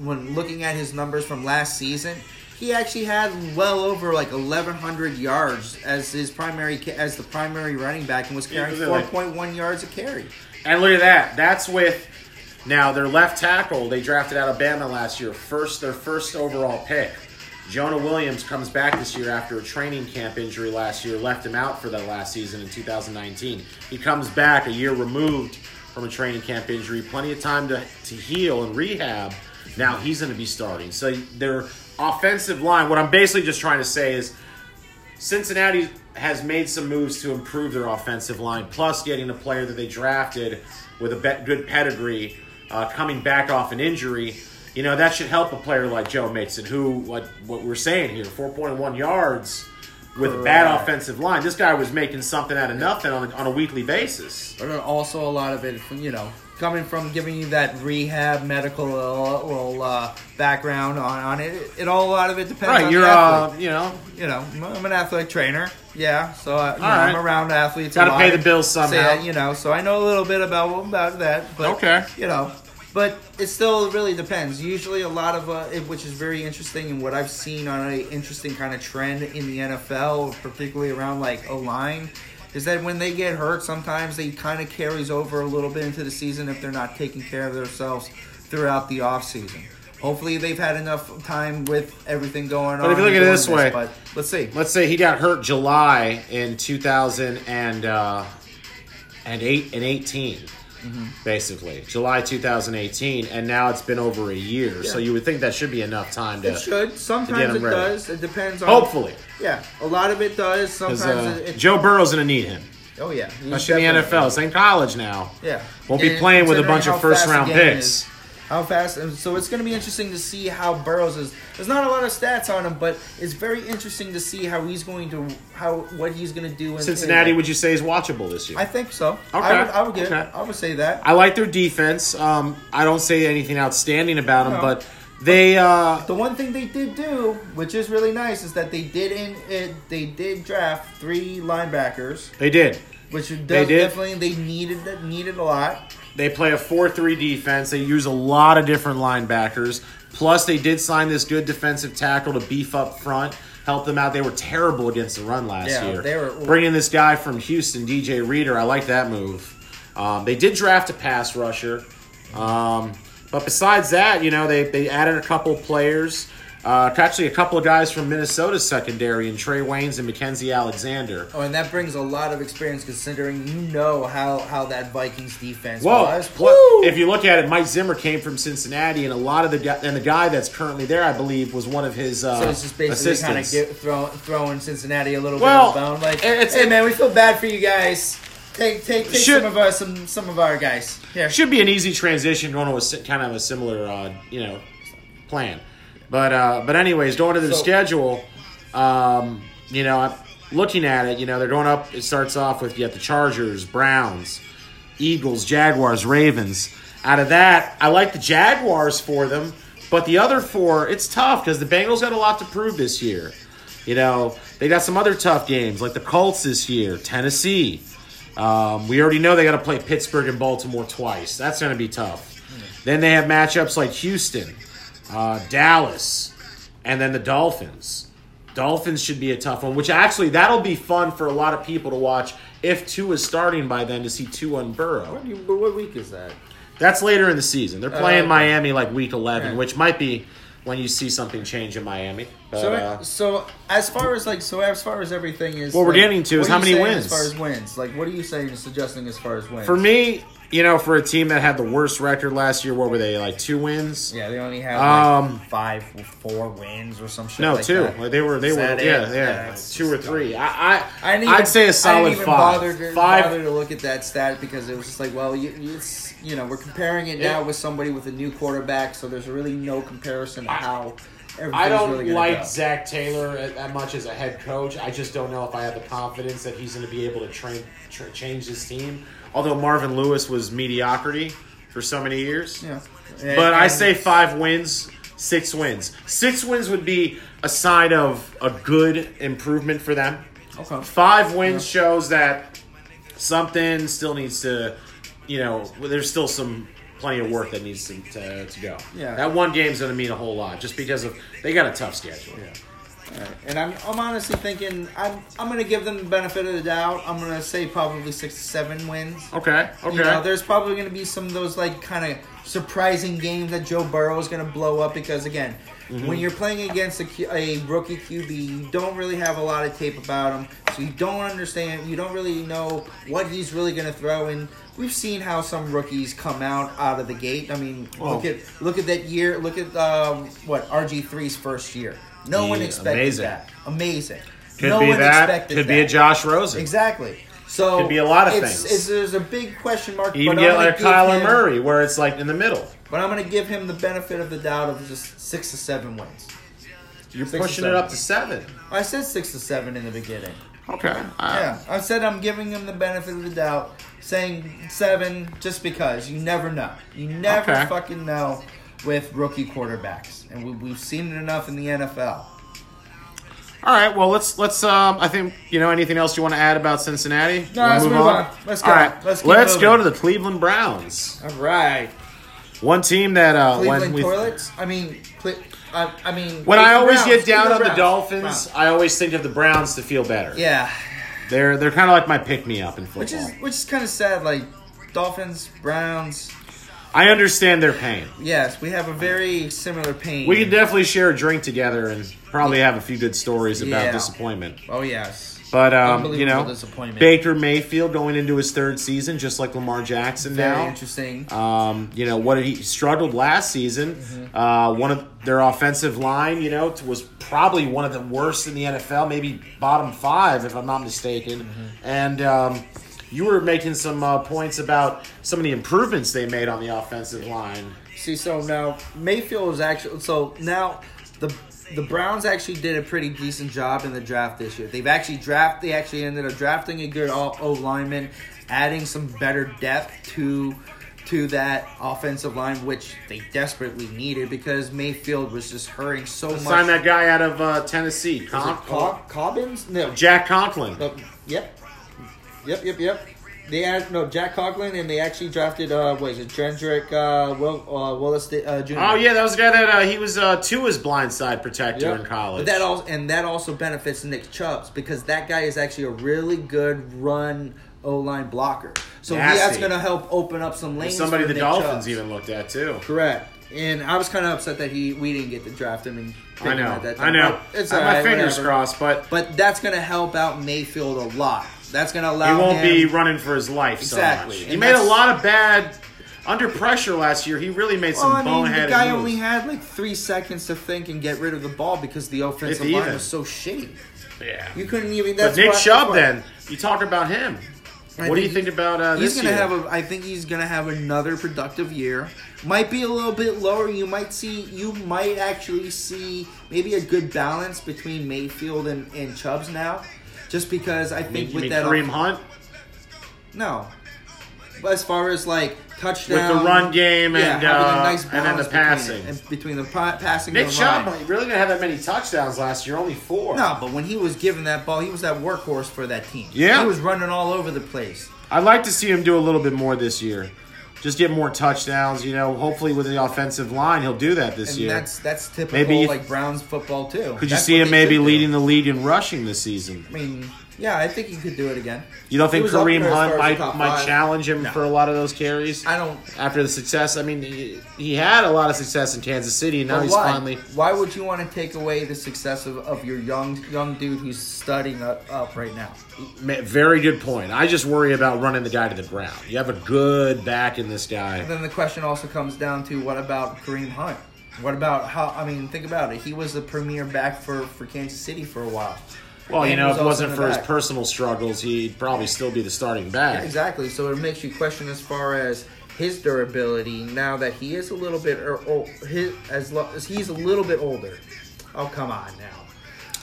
B: when looking at his numbers from last season, he actually had well over like 1,100 yards as his primary ca- as the primary running back and was carrying
A: was it like-
B: 4.1 yards a carry.
A: And look at that. That's with now their left tackle. They drafted Alabama last year, first their first overall pick. Jonah Williams comes back this year after a training camp injury last year left him out for that last season in 2019. He comes back a year removed from a training camp injury, plenty of time to, to heal and rehab. Now he's going to be starting. So their offensive line, what I'm basically just trying to say is Cincinnati has made some moves to improve their offensive line, plus getting a player that they drafted with a bet good pedigree uh, coming back off an injury. You know, that should help a player like Joe Mixon, who, like what we're saying here, 4.1 yards with a bad offensive line. This guy was making something out of nothing on a, on a weekly basis.
B: But also a lot of it, from, you know, coming from giving you that rehab medical little, uh, background on, on it, it all a lot of it depends.
A: Right,
B: on
A: you're
B: the athlete.
A: uh, you know,
B: you know, I'm an athletic trainer. Yeah, so uh, you know,
A: All right.
B: I'm around athletes. a
A: Gotta
B: lot.
A: pay the bills
B: So,
A: somehow.
B: you know, so I know a little bit about about that. But
A: Okay.
B: you know, but it still really depends. Usually, a lot of uh, it, which is very interesting, and what I've seen on a interesting kind of trend in the NFL, particularly around like O line. Is that when they get hurt, sometimes they kind of carries over a little bit into the season if they're not taking care of themselves throughout the offseason. Hopefully, they've had enough time with everything going on.
A: But if you look at it
B: during
A: this way,
B: but let's see.
A: let's say he got hurt July in 2000 and uh, and eight and 18,
B: Mm-hmm.
A: basically July 2018, and now it's been over a year. So you would think that should be enough time to.
B: It should. Sometimes it
A: him ready.
B: does. It depends on.
A: Hopefully,
B: Yeah, a lot of it does. Sometimes
A: because
B: it, it.
A: Joe Burrow's gonna need him,
B: Oh yeah,
A: especially in the NFL. It's in college now.
B: Yeah,
A: Won't be
B: And
A: playing with a bunch of
B: considering how fast
A: first round
B: the game
A: picks.
B: is, how fast? And so it's going to be interesting to see how Burrows is. There's not a lot of stats on him, but it's very interesting to see how he's going to how what he's going to do. In,
A: Cincinnati,
B: in-
A: would you say is watchable this year?
B: I think so.
A: Okay,
B: I would, I would get.
A: okay.
B: I would say that.
A: I like their defense. Um, I don't say anything outstanding about them,
B: No.
A: but they uh,
B: The one thing they did do, which is really nice, is that they did in it, they did draft three linebackers,
A: they did.
B: which does,
A: They did?
B: definitely they needed that needed a lot.
A: They play a four-three defense. They use a lot of different linebackers. Plus, they did sign this good defensive tackle to beef up front, help them out. They were terrible against the run last
B: Yeah,
A: year.
B: they were-
A: bringing this guy from Houston, DJ Reader. I like that move. Um, they did draft a pass rusher, um, but besides that, you know, they they added a couple players. Uh, actually, a couple of guys from Minnesota's secondary, and Trey Waynes and Mackenzie Alexander.
B: Oh, and that brings a lot of experience considering you know how, how that Vikings defense
A: Well,
B: was.
A: pl- if you look at it, Mike Zimmer came from Cincinnati, and a lot of the guy, and the guy that's currently there, I believe, was one of his uh,
B: so it's just basically kind of
A: assistants.
B: get, throw, throwing Cincinnati a little
A: Well,
B: bit of a bone. Like,
A: it- it's-
B: hey man, we feel bad for you guys. Take take, take
A: Should-
B: some of our some some of our guys. Here.
A: Should be an easy transition going to a si- kind of a similar, uh, you know, plan. But uh, but anyways, going to the
B: So-
A: schedule, um, you know, I'm looking at it, you know, they're going up. It starts off with you have the Chargers, Browns, Eagles, Jaguars, Ravens. Out of that, I like the Jaguars for them, but the other four, it's tough because the Bengals got a lot to prove this year. You know, they got some other tough games like the Colts this year, Tennessee. Um, we already know they got to play Pittsburgh and Baltimore twice. That's going to be tough. Then they have matchups like Houston, uh, Dallas, and then the Dolphins. Dolphins should be a tough one, which actually that'll be fun for a lot of people to watch if two is starting by then to see two on Burrow.
B: What do you- but what week is that?
A: That's later in the season. They're playing
B: okay.
A: Miami like week 11,
B: Yeah.
A: which might be when you see something change in Miami. But,
B: So,
A: uh,
B: so as far as like so as far as everything is
A: What we're
B: like,
A: getting to is
B: what
A: how
B: are
A: many
B: you saying
A: wins?
B: as far as wins like what are you saying and suggesting as far as wins
A: for me, you know, for a team that had the worst record last year, what were they like two wins?
B: yeah they only have like,
A: Um,
B: five four wins or some shit
A: No,
B: like
A: two.
B: that.
A: Like they were, they
B: Is
A: were, yeah,
B: that it?
A: yeah,
B: That's-
A: two or three. I, I,
B: I
A: I
B: didn't even,
A: would say a
B: I
A: solid
B: didn't even
A: five.
B: Bother to,
A: five.
B: bother to look at that stat because it was just like, well, you, it's you know we're comparing it now
A: It-
B: with somebody with a new quarterback, so there's really no comparison to how. Everything's
A: I don't
B: really gonna
A: like
B: go.
A: Zach Taylor a- that much as a head coach. I just don't know if I have the confidence that he's going to be able to train, tra- change this team. Although Marvin Lewis was mediocrity for so many years,
B: Yeah.
A: but I
B: And-
A: say five wins, six wins. Six wins would be a sign of a good improvement for them.
B: Okay.
A: Five wins shows that something still needs to, you know, well, there's still some plenty of work that needs to, to, to go.
B: Yeah.
A: That one game's going to mean a whole lot just because of they got a tough schedule.
B: And I'm, I'm honestly thinking I'm I'm gonna give them the benefit of the doubt. I'm gonna say probably six to seven wins.
A: Okay. Okay.
B: You know, there's probably going to be some of those like kind of surprising games that Joe Burrow is going to blow up because again,
A: Mm-hmm.
B: when you're playing against a, Q- a rookie QB, you don't really have a lot of tape about him, so you don't understand. You don't really know what he's really going to throw. And we've seen how some rookies come out out of the gate. I mean, look
A: Oh.
B: at look at that year. Look at um, what RG 3s first year. No one
A: Yeah,
B: expected
A: amazing.
B: that. Amazing.
A: could
B: no
A: be
B: one
A: that.
B: expected
A: Could be a
B: that.
A: Josh Rosen.
B: Exactly. So
A: Could be a lot of
B: it's,
A: things.
B: It's, there's a big question mark.
A: You even
B: but
A: get
B: I'm gonna
A: like
B: give
A: Kyler
B: him-
A: Murray, where it's like in the middle.
B: But I'm going to give him the benefit of the doubt of just six to seven wins.
A: You're
D: Six to
A: pushing it
D: seven.
A: up to seven. Uh,
B: I said six to seven in the beginning.
A: Okay.
B: Yeah, I said I'm giving him the benefit of the doubt, saying seven just because you never know. You never
A: Okay.
B: fucking know with rookie quarterbacks, and we, we've seen it enough in the NFL.
A: All right. Well, let's let's. Um, I think you know anything else you want to add about Cincinnati? You wanna
B: let's move on. Let's go.
A: All right.
B: Let's
A: Let's,
B: keep moving.
A: go to the Cleveland Browns.
B: All right,
A: One team that uh, when
B: Cleveland
A: we
B: toilets. I mean, cle- I, I mean,
A: when I always
B: Browns,
A: get down
B: Cleveland
A: on the
B: Browns, Browns.
A: Dolphins, I always think of the Browns to feel better.
B: Yeah,
A: They're they're kind of like my pick me up in football.
B: which is which is kind of sad. Like Dolphins, Browns.
A: I understand their pain.
B: Yes, we have a very similar pain.
A: We can definitely share a drink together and probably have a few good stories about
B: Yeah.
A: disappointment.
B: oh yes.
A: But um,
B: Unbelievable
A: you know,
B: disappointment.
A: Baker Mayfield going into his third season, just like Lamar Jackson
B: Very
A: now.
B: interesting.
A: Um, you know what did he struggled last season?
B: Mm-hmm.
A: Uh, one of their offensive line, you know, was probably one of the worst in the NFL, maybe bottom five if I'm not mistaken.
B: Mm-hmm.
A: And um, you were making some uh, points about some of the improvements they made on the offensive line.
B: See, so now Mayfield is actually so now the the Browns actually did a pretty decent job in the draft this year. They've actually draft they actually ended up drafting a good O O lineman, adding some better depth to to that offensive line, which they desperately needed because Mayfield was just hurrying so much.
A: Sign that guy out of uh, Tennessee,
B: Was it Oh.
A: Con-
B: Cobb- Cobbins? No,
A: Jack Conklin.
B: no, yep, yep, yep, yep. They add no Jack Coughlin, and they actually drafted uh, what is it, Drendrick uh, Will, uh, Willis uh, Jr.
A: Oh yeah, that was the guy that uh, he was uh, Tua's blindside protector
B: Yep.
A: in college.
B: But that also and that also benefits Nick Chubb's because that guy is actually a really good run O line blocker. So he- that's
A: Nasty.
B: going to help open up some lanes.
A: Somebody
B: for
A: the
B: Nick
A: Dolphins
B: Chubb's.
A: even looked at too.
B: correct. And I was kind of upset that he we didn't get to draft him. And pick
A: I
B: him
A: know,
B: at that
A: I
B: time.
A: know.
B: But It's
A: I
B: all
A: have
B: right,
A: my fingers
B: whatever.
A: crossed, but
B: But that's going to help out Mayfield a lot. That's going to
A: he
B: allow
A: won't
B: him-
A: be running for his life.
B: Exactly.
A: So much. He
B: And
A: made a
B: that's-
A: lot of bad under pressure last year. He really made
B: Well,
A: some
B: Oh, I mean,
A: boneheaded
B: the guy
A: moves.
B: only had like three seconds to think and get rid of the ball because the offensive
A: If
B: line
A: even.
B: was so shitty.
A: yeah.
B: You couldn't even.
A: But
B: That's
A: Nick
B: why- that's
A: Chubb,
B: why-
A: then you talk about him.
B: I
A: what do you
B: think
A: think about uh,
B: He's
A: this
B: gonna
A: year?
B: have a. I think he's gonna have another productive year. Might be a little bit lower. You might see. You might actually see maybe a good balance between Mayfield and, and Chubbs now, just because I
A: you mean,
B: think
A: you
B: with
A: mean
B: that
A: Kareem Hunt
B: no. But as far as like touchdown
A: with the run game
B: yeah,
A: and
B: having
A: uh,
B: a nice
A: and then the
B: balance
A: passing.
B: between, it, and between the pa- passing
A: Nick
B: and the
A: Chubb
B: running.
A: really didn't have that many touchdowns last year, only four.
B: No, but when he was given that ball, he was that workhorse for that team.
A: Yeah.
B: he was running all over the place.
A: I'd like to see him do a little bit more this year. Just get more touchdowns, you know. Hopefully, with the offensive line, he'll do that this
B: And
A: year.
B: that's that's typical,
A: Maybe-
B: like Browns football too.
A: Could you
B: That's
A: see
B: what
A: him
B: they
A: maybe
B: should do.
A: leading the league in rushing this season?
B: I mean, yeah, I think he could do it again.
A: You don't
B: He
A: think
B: was up
A: Kareem
B: there as
A: Hunt
B: far as
A: might,
B: the top
A: might
B: five.
A: challenge him for a lot of those carries
B: I don't.
A: after the success? I mean, he, he had a lot of success in Kansas City, and now
B: but
A: he's
B: why?
A: finally.
B: Why would you want to take away the success of, of your young young dude who's studying up, up right now?
A: Ma- Very good point. I just worry about running the guy to the ground. You have a good back in this guy.
B: And then the question also comes down to what about Kareem Hunt? What about how? I mean, think about it. He was the premier back for for Kansas City for a while.
A: Well, you
B: And
A: know,
B: he
A: if it
B: was also
A: wasn't
B: in
A: for
B: the
A: his
B: back.
A: personal struggles, he'd probably still be the starting back.
B: Exactly. So it makes you question as far as his durability now that he is a little bit or, or his, as, lo- as he's a little bit older. Oh come on now.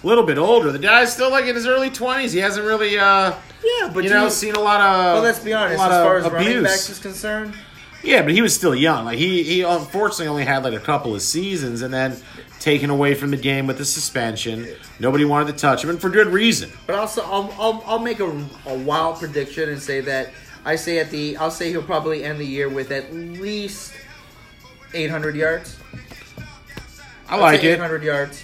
A: A little bit older. The guy's still like in his early twenties. He hasn't really, uh,
B: Yeah, but
A: you know, seen a lot of.
B: Well, let's be honest. As
A: a lot
B: far as
A: of
B: running
A: abuse.
B: backs is concerned,
A: Yeah, but he was still young. Like he, he unfortunately only had like a couple of seasons, and then taken away from the game with the suspension. Nobody wanted to touch him, and for good reason.
B: but also I'll, I'll, I'll make a, a wild prediction and say that I say at the I'll say he'll probably end the year with at least 800 yards.
A: I like it.
B: 800 yards.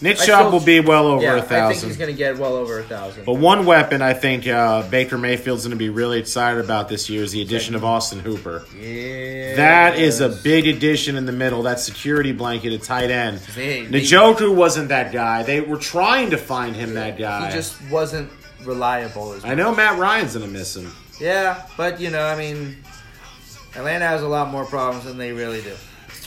A: Nick
B: I
A: Chubb
B: still-
A: will be well over a
B: yeah, I think he's
A: thousand. Oh,
B: going to get well over a thousand.
A: But one weapon I think uh, Baker Mayfield's going to be really excited about this year is the addition of Austin Hooper.
B: yeah,
A: That is a big addition in the middle. That security blanket at tight end.
B: They- they-
A: Najoku wasn't that guy. They were trying to find him that guy.
B: He just wasn't reliable. As
A: I know Matt Ryan's gonna miss him.
B: Yeah, but you know, I mean, Atlanta has a lot more problems than they really do.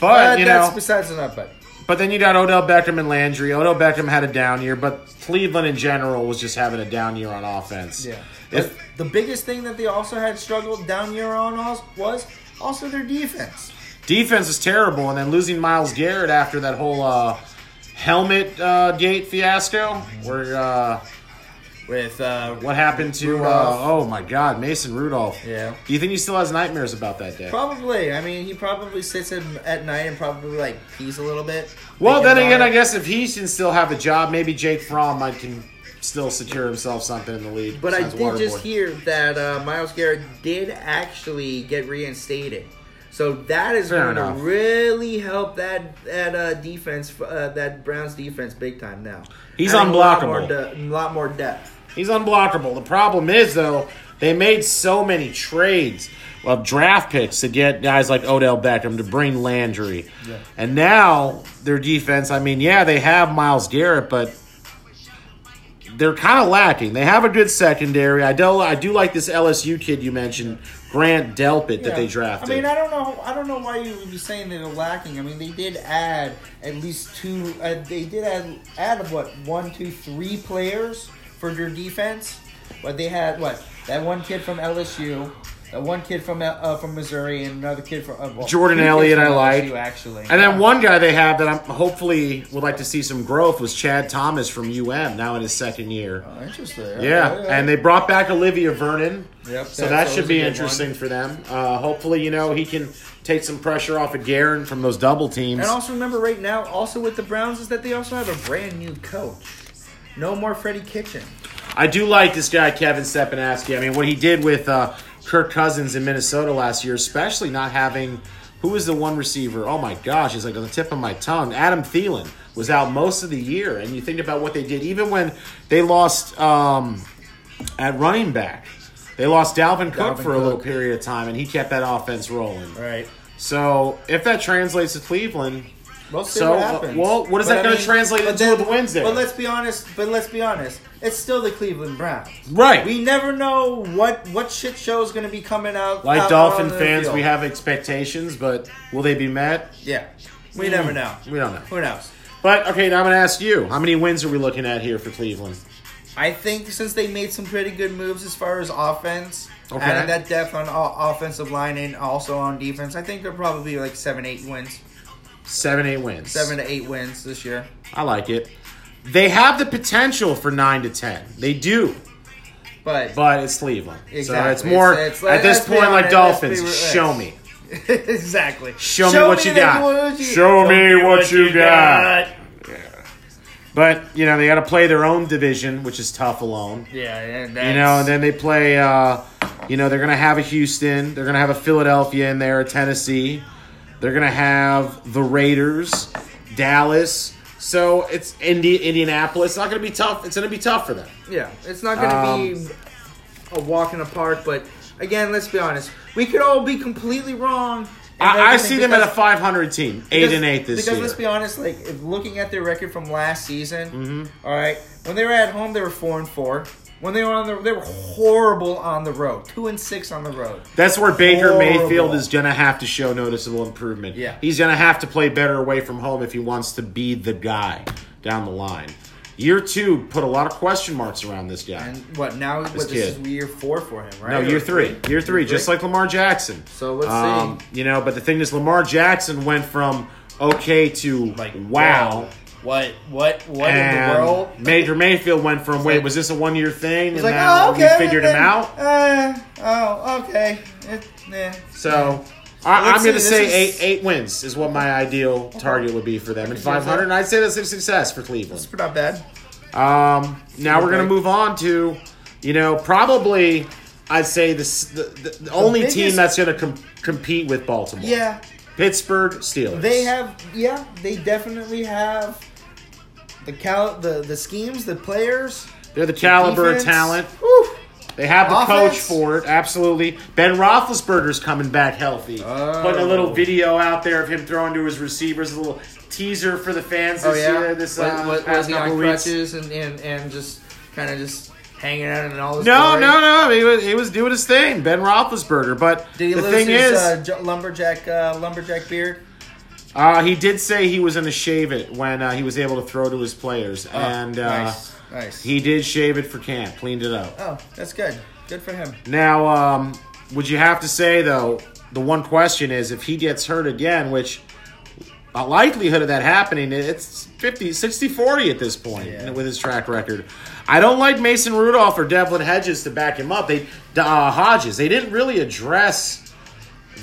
A: But,
B: But
A: you
B: that's
A: know,
B: besides the nut. But
A: but then you got Odell Beckham and Landry. Odell Beckham had a down year, but Cleveland in general was just having a down year on offense.
B: yeah,
A: If-
B: But the biggest thing that they also had struggled down year on als- was also their defense.
A: defense is terrible, and then losing Miles Garrett after that whole uh, helmet uh, gate fiasco, where uh,
B: with uh,
A: what happened to uh,
B: Rudolph.
A: oh my god, Mason Rudolph.
B: Yeah.
A: Do you think he still has nightmares about that day?
B: Probably. I mean, he probably sits in, at night and probably like pees a little bit.
A: Well,
B: Thinking
A: then again,
B: about
A: I
B: it.
A: guess if he can still have a job, maybe Jake Fromm might can still secure himself something in the league.
B: But I
A: besides
B: did just
A: Waterboy.
B: hear that uh, Miles Garrett did actually get reinstated. So that is
A: Fair
B: going to
A: enough.
B: really help that that uh, defense, uh, that Browns defense, big time now.
A: He's
B: Adding
A: unblockable.
B: A lot more, de- lot more depth.
A: He's unblockable. The problem is though, they made so many trades of draft picks to get guys like Odell Beckham to bring Landry, and now their defense. I mean, yeah, they have Miles Garrett, but they're kind of lacking. They have a good secondary. I do I do like this LSU kid you mentioned, Grant Delpit, that they drafted.
B: I mean, I don't know. I don't know why you would be saying that they're lacking. I mean, they did add at least two. Uh, they did add add what one, two, three players for their defense. But they had what that one kid from LSU, that one kid from L- uh, from Missouri, and another kid from uh, well,
A: Jordan
B: two kids
A: Elliott
B: from
A: I like.
B: LSU, actually.
A: And then one guy they have that I'm hopefully would like to see some growth was Chad Thomas from UM now in his second year.
B: Oh, interesting.
A: Yeah, and they brought back Olivia Vernon.
B: Yep,
A: so that
B: that's
A: should
B: always
A: be
B: a good
A: interesting
B: one.
A: for them. Uh, hopefully, you know he can take some pressure off of Garen from those double teams.
B: And also remember right now, also with the Browns, is that they also have a brand new coach. No more Freddie Kitchen.
A: I do like this guy Kevin Stepanowski. I mean, what he did with uh, Kirk Cousins in Minnesota last year, especially not having who is the one receiver? Oh my gosh, it's like on the tip of my tongue. Adam Thielen was out most of the year, and you think about what they did, even when they lost um, at running back. They lost Dalvin Cook
B: Dalvin
A: for a little
B: Cook.
A: period of time, and he kept that offense rolling.
B: Right.
A: So if that translates to Cleveland,
B: We'll see
A: So,
B: what
A: uh,
B: happens.
A: well, what is that gonna translate
B: but
A: into with Wednesday?
B: But let's be honest. But let's be honest. It's still the Cleveland Browns.
A: Right.
B: We never know what what shit show is going to be coming out.
A: like
B: out
A: Dolphin
B: on the
A: fans,
B: field.
A: we have expectations, but will they be met? Hmm.
B: yeah. We never know.
A: We don't know.
B: Who knows?
A: But okay, now I'm going to ask you: How many wins are we looking at here for Cleveland?
B: I think since they made some pretty good moves as far as offense,
A: Okay.
B: adding that depth on o- offensive line and also on defense, I think they're probably like seven, eight wins,
A: Seven, eight wins.
B: seven to eight wins this year.
A: I like it. They have the potential for nine to ten. They do,
B: But,
A: but it's Cleveland, so
B: Exactly.
A: it's more
B: It's- it's-
A: at this
B: let's be
A: point like
B: honest,
A: Dolphins.
B: let's be real.
A: Show me,
B: exactly.
A: show, me what you
B: the-
A: got.
B: what you-
A: show me what, you got. But you know they got to play their own division, which is tough alone.
B: Yeah, yeah.
A: You know, and then they play. Uh, you know, they're going to have a Houston. They're going to have a Philadelphia in there, a Tennessee. They're going to have the Raiders, Dallas. So it's Indi- Indianapolis. It's not going to be tough. It's going to be tough for them.
B: Yeah, it's not going to
A: Um,
B: be a walk in the park, but again, let's be honest. We could all be completely wrong. in
A: I, I
B: everything
A: see them at
B: because-
A: a 500 team, eight
B: because-
A: and eight this
B: because
A: year.
B: let's be honest, like if looking at their record from last season,
A: Mm-hmm.
B: all right, when they were at home, they were four and four. When they were on the, they were horrible on the road, two and six on the road.
A: That's where Baker
B: Horrible.
A: Mayfield is going to have to show noticeable improvement.
B: Yeah.
A: He's going to have to play better away from home if he wants to be the guy down the line. Year two put a lot of question marks around this guy.
B: And what now? What, this
A: kid.
B: is year four for him, right?
A: No,
B: Or
A: year three. Year three, just like Lamar Jackson.
B: So let's
A: see. You know, but the thing is, Lamar Jackson went from okay to
B: Like,
A: wow.
B: What? What? What in
A: And
B: the world?
A: Major Mayfield went from wait,
B: like-
A: was this a one year thing? And
B: It's like,
A: now
B: oh, okay.
A: we figured
B: then-
A: him out.
B: Uh, oh, okay. It, yeah.
A: So I, I'm
B: Let's
A: going to
B: see,
A: say
B: this
A: eight
B: is-
A: eight wins is what my ideal target would be for them, and 500. And I'd say that's a success for Cleveland.
B: It's not bad.
A: Um, now we're going to
B: Okay.
A: move on to, you know, probably I'd say this, the, the, the only team
B: biggest-
A: that's going to com- compete with Baltimore.
B: Yeah,
A: Pittsburgh Steelers.
B: they have. Yeah, they definitely have the cal the the schemes, the players,
A: They're the caliber of
B: defense.
A: talent.
B: Whew.
A: They have the
B: Offense.
A: coach for it. Absolutely. Ben Roethlisberger's coming back healthy.
B: Oh.
A: Putting a little video out there of him throwing to his receivers, a little teaser for the fans
B: Oh
A: this
B: yeah,
A: year. This
B: Was-
A: uh,
B: was, was
A: past
B: he
A: couple
B: on
A: weeks.
B: crutches and, and and just kind of just hanging out and all this.
A: No,
B: glory?
A: no, no. He was he was doing his thing, Ben Roethlisberger. But
B: Did he
A: the
B: lose
A: thing
B: his
A: is,
B: uh, j- lumberjack uh, lumberjack beard?
A: Uh, he did say he was going to shave it when uh, he was able to throw to his players, and uh,
B: Oh, nice, nice.
A: he did shave it for camp, cleaned it up.
B: oh, that's good. Good for him.
A: Now, um, would you have to say though? The one question is if he gets hurt again, which a likelihood of that happening, it's 50, 60 40 at this point
B: Yeah.
A: with his track record. I don't like Mason Rudolph or Devlin Hedges to back him up. They uh, Hodges, they didn't really address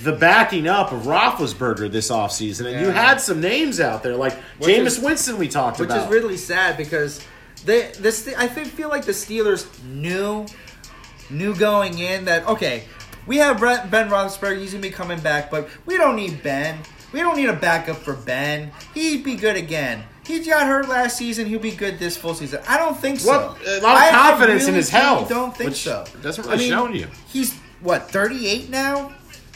A: the backing up of Roethlisberger this offseason. And you
B: Yeah.
A: had some names out there, like
D: Which
A: Jameis
D: is-
A: Winston, we talked
D: which
A: about.
D: is really sad because they this I think feel like the Steelers
B: knew knew going in that okay, we have Bre- Ben Roethlisberger. He's gonna be coming back, but we don't need Ben. We don't need a backup for Ben. He'd be good again. He got hurt last season. He'll be good this full season. I don't think so.
A: Well, a lot of
B: I- I
A: confidence in
B: really,
A: his
B: really
A: health,
B: Don't think
A: which
B: so.
A: doesn't really show in you.
B: He's what 38 now,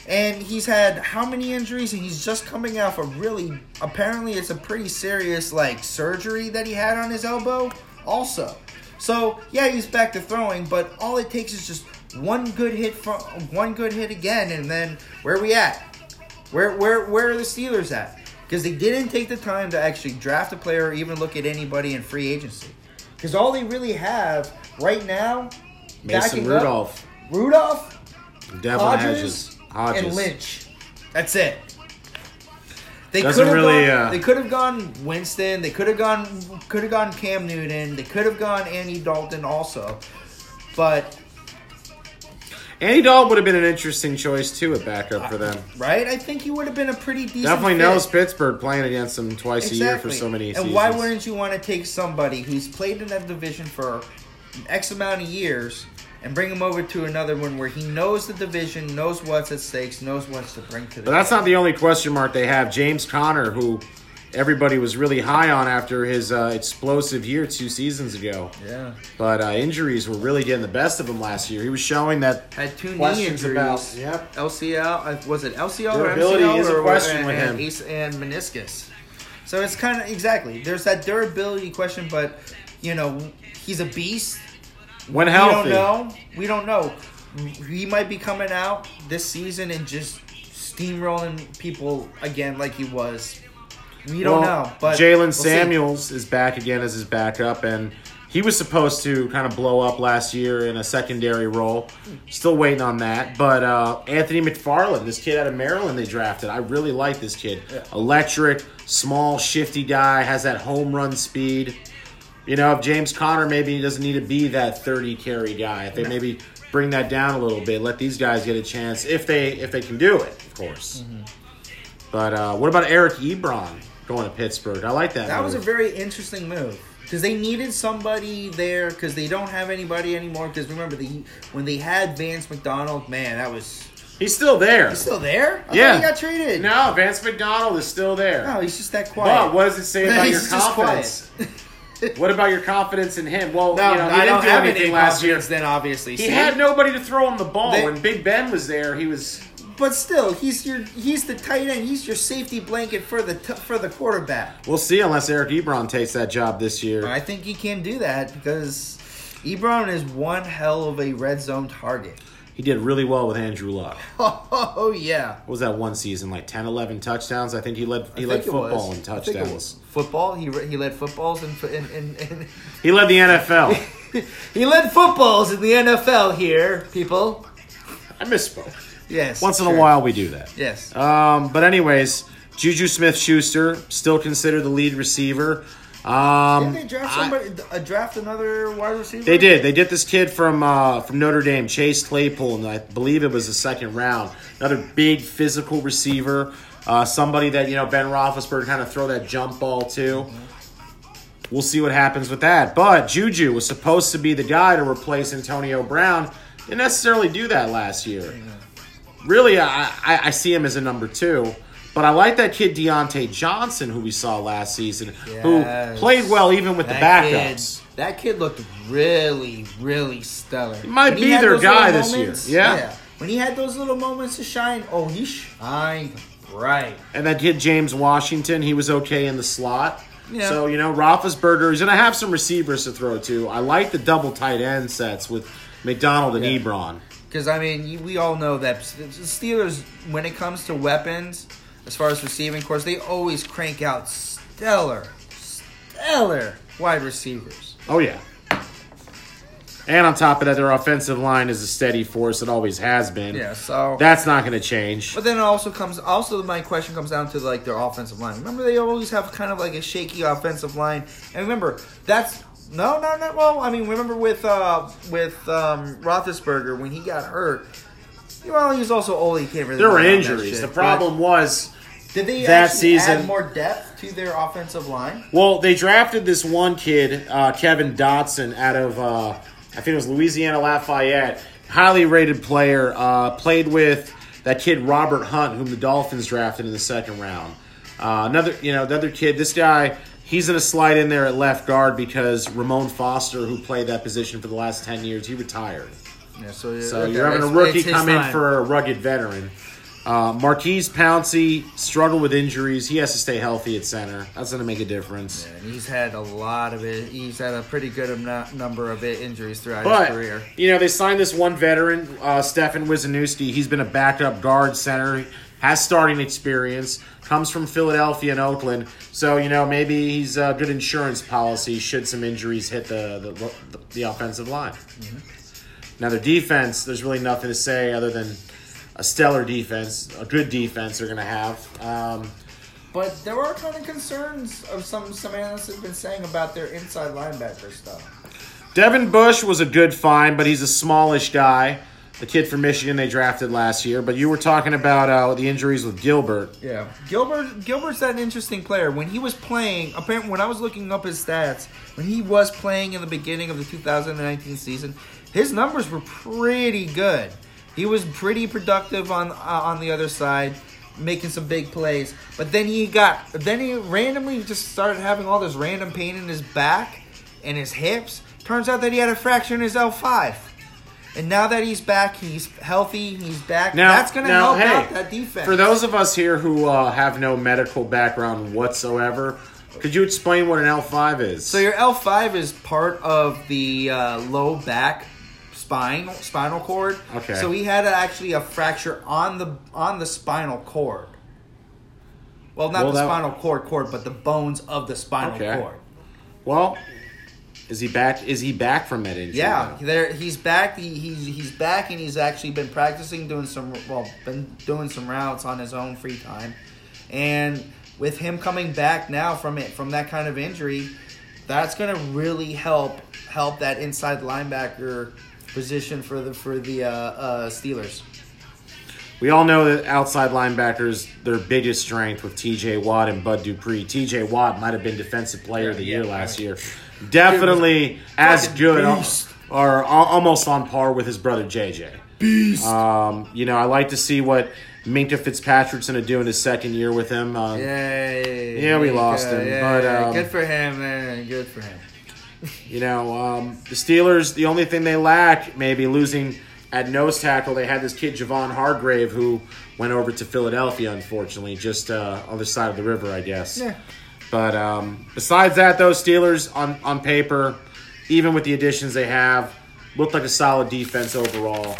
B: and he's had how many injuries? And he's just coming off a really apparently it's a pretty serious like surgery that he had on his elbow. Also, so yeah, he's back to throwing, but all it takes is just one good hit from one good hit again, and then where we at? Where where where are the Steelers at? Because they didn't take the time to actually draft a player or even look at anybody in free agency. Because all they really have right now,
A: Mason
B: backing up-
A: Rudolph,
B: Rudolph,
A: Devlin
B: Hodges,
A: Hedges, Hodges.
B: and Lynch. That's it. They could
A: Doesn't
B: have
A: really,
B: gone,
A: uh,
B: they could have gone Winston. They could have gone could have gone Cam Newton. They could have gone Andy Dalton also, but
A: Andy Dalton would have been an interesting choice too at backup for them.
B: right, I think he would have been a pretty decent.
A: Definitely
B: fit.
A: knows Pittsburgh playing against them twice a year for so many
B: And
A: seasons.
B: why wouldn't you want to take somebody who's played in that division for X amount of years and bring him over to another one where he knows the division, knows what's at stakes, knows what's to bring to the
A: But that's
B: game?
A: not the only question mark they have. James Conner, who everybody was really high on after his uh, explosive year two seasons ago,
B: yeah.
A: but uh, injuries were really getting the best of him last year. He was showing that
D: had two knee
A: questions
D: injuries.
A: about. Yep.
D: LCL uh, was it LCL
A: Durability
D: or MCL
A: is a
D: or,
A: question
D: and,
A: with him.
D: and, ace- and meniscus.
B: So it's kind of exactly. There's that durability question, but you know, he's a beast.
A: When
B: We
A: healthy,
B: don't know. We don't know. He might be coming out this season and just steamrolling people again, like he was. We don't
A: Well,
B: know. But
A: Jalen
B: we'll see.
A: Samuels is back again as his backup, and he was supposed to kind of blow up last year in a secondary role. Still waiting on that. But uh, Anthony McFarland, this kid out of Maryland, they drafted. I really like this kid. Electric, small, shifty guy, has that home run speed. You know, if James Conner maybe he doesn't need to be that thirty carry guy. If they maybe bring that down a little bit, let these guys get a chance if they if they can do it, of course.
B: Mm-hmm.
A: But uh, what about Eric Ebron going to Pittsburgh? I like that.
B: That was a
A: move.
B: very interesting move because they needed somebody there because they don't have anybody anymore. Because remember, the when they had Vance McDonald, man, that was
A: he's still there.
B: he's still there. I
A: Yeah.
B: thought he got traded.
A: no, Vance McDonald is still there.
B: No, he's just that quiet.
A: but what does it say about your
B: He's just
A: confidence? what about your confidence in him? Well,
B: No,
A: you know, he
B: I
A: didn't
B: don't
A: do
B: have
A: anything
B: any
A: last year.
B: confidence Then obviously,
A: He
B: see?
A: had nobody to throw him the ball.
B: They-
A: when Big Ben was there, he was
B: but still, he's your he's the tight end. He's your safety blanket for the t- for the quarterback.
A: We'll see unless Eric Ebron takes that job this year.
B: I think he can do that because Ebron is one hell of a red zone target.
A: He did really well with Andrew Luck.
B: Oh, yeah,
A: What was that one season? Like 10, 11 touchdowns? I think he led he
B: I
A: led
B: think it was.
A: football in
B: I think it
A: touchdowns.
B: was. Football. He re- he led footballs and and, and, and
A: He led the NFL.
B: he led footballs in the NFL here, people.
A: I misspoke.
B: Yes.
A: Once in
B: sure.
A: a while we do that.
B: Yes.
A: Um, but anyways, Juju Smith Schuster still considered the lead receiver. Um,
B: Didn't they draft
A: I-
B: somebody? uh, draft another wide receiver?
A: They did. They did this kid from uh, from Notre Dame, Chase Claypool, and I believe it was the second round. Another big physical receiver, uh, somebody that you know Ben Roethlisberger kind of throw that jump ball to. We'll see what happens with that. But Juju was supposed to be the guy to replace Antonio Brown. Didn't necessarily do that last year. Really, I, I, I see him as a number two. But I like that kid Deontay Johnson, who we saw last season,
B: Yes.
A: who played well even with the backups.
B: Kid, that kid looked really, really stellar. He
A: might be
B: had
A: their
B: those little
A: guy this year. Yeah.
B: When he had those little moments to shine, oh, he shined bright.
A: And that kid James Washington, he was okay in the slot.
B: Yeah.
A: So you know, Roethlisberger is going to have some receivers to throw to. I like the double tight end sets with McDonald and
B: Yeah.
A: Ebron.
B: Because I mean, you- we all know that the Steelers, when it comes to weapons, as far as receiving, of course, they always crank out stellar, stellar wide receivers.
A: Oh yeah, And on top of that, their offensive line is a steady force. It always has been.
B: Yeah, so
A: That's not going to change.
B: But then it also comes. Also, my question comes down to like their offensive line. Remember, they always have kind of like a shaky offensive line. And remember, that's no, no, no. Well, I mean, remember with uh with um, Roethlisberger when he got hurt. Well, he was also old. He can't really.
A: There were
B: rely on that
A: injuries.
B: shit,
A: The
B: but
A: problem was,
B: Did they
A: that
B: actually
A: season-
B: add more depth to their offensive line?
A: well, they drafted this one kid, uh, Kevin Dotson, out of uh, I think it was Louisiana Lafayette, highly rated player. Uh, played with that kid Robert Hunt, whom the Dolphins drafted in the second round. Uh, another, you know, another kid. This guy, he's going to slide in there at left guard because Ramon Foster, who played that position for the last ten years, he retired.
B: Yeah. So,
A: So
B: okay,
A: you're having a
E: it's-
A: rookie
E: it's his
A: come in
E: time.
A: for a rugged veteran. Uh, Marquise Pouncey struggled with injuries. He has to stay healthy at center. That's going to make a difference.
B: And he's had a lot of it. He's had a pretty good amount, number of it injuries throughout his
A: But
B: career.
A: you know they signed this one veteran, uh, Stefan Wisniewski. He's been a backup guard center, has starting experience, comes from Philadelphia and Oakland. So you know maybe he's a good insurance policy should some injuries hit the the, the, the offensive line. Now their defense, there's really nothing to say other than a stellar defense, a good defense they're going to have. Um,
B: But there are kind of concerns of some some analysts have been saying about their inside linebacker stuff.
A: Devin Bush was a good find, but he's a smallish guy. The kid from Michigan they drafted last year. But you were talking about uh, the injuries with Gilbert.
B: Yeah, Gilbert Gilbert's that interesting player. When he was playing, apparently when I was looking up his stats, when he was playing in the beginning of the 2019 season, his numbers were pretty good. He was pretty productive on uh, on the other side, making some big plays. But then he got then he randomly just started having all this random pain in his back and his hips. Turns out that he had a fracture in his L5. And now that he's back, he's healthy, he's back.
A: Now
B: That's going to
A: now,
B: help
A: hey,
B: out that defense.
A: For those of us here who uh, have no medical background whatsoever, could you explain what an L five is?
B: So your L five is part of the uh, low back spine spinal cord.
A: Okay.
B: So he had a, actually a fracture on the on the spinal cord. Well, not
A: Well,
B: the
A: that-
B: spinal cord cord, but the bones of the spinal
A: Okay.
B: cord.
A: well, is he back? Is he back from that injury?
B: Yeah,
A: now?
B: there he's back. He, he's he's back, and he's actually been practicing doing some well, been doing some routes on his own free time, and with him coming back now from it from that kind of injury, that's gonna really help help that inside linebacker position for the for the uh, uh, Steelers.
A: We all know that outside linebackers, their biggest strength with T.J. Watt and Bud Dupree. T.J. Watt might have been Defensive Player of the Year last year. Definitely as good, al- or, al- almost on par with his brother J.J. Beast. Um, you know, I like to see what Minka Fitzpatrick's going to do in his second year with him. Um,
B: Yay!
A: Yeah, we lost him, but, um,
B: good for him, man. Good for him.
A: You know, um, the Steelers, the only thing they lack, maybe losing at nose tackle, they had this kid, Javon Hargrave, who went over to Philadelphia, unfortunately, just uh, other side of the river, I guess.
B: Yeah.
A: But um, besides that, though, Steelers on, on paper, even with the additions they have, looked like a solid defense overall.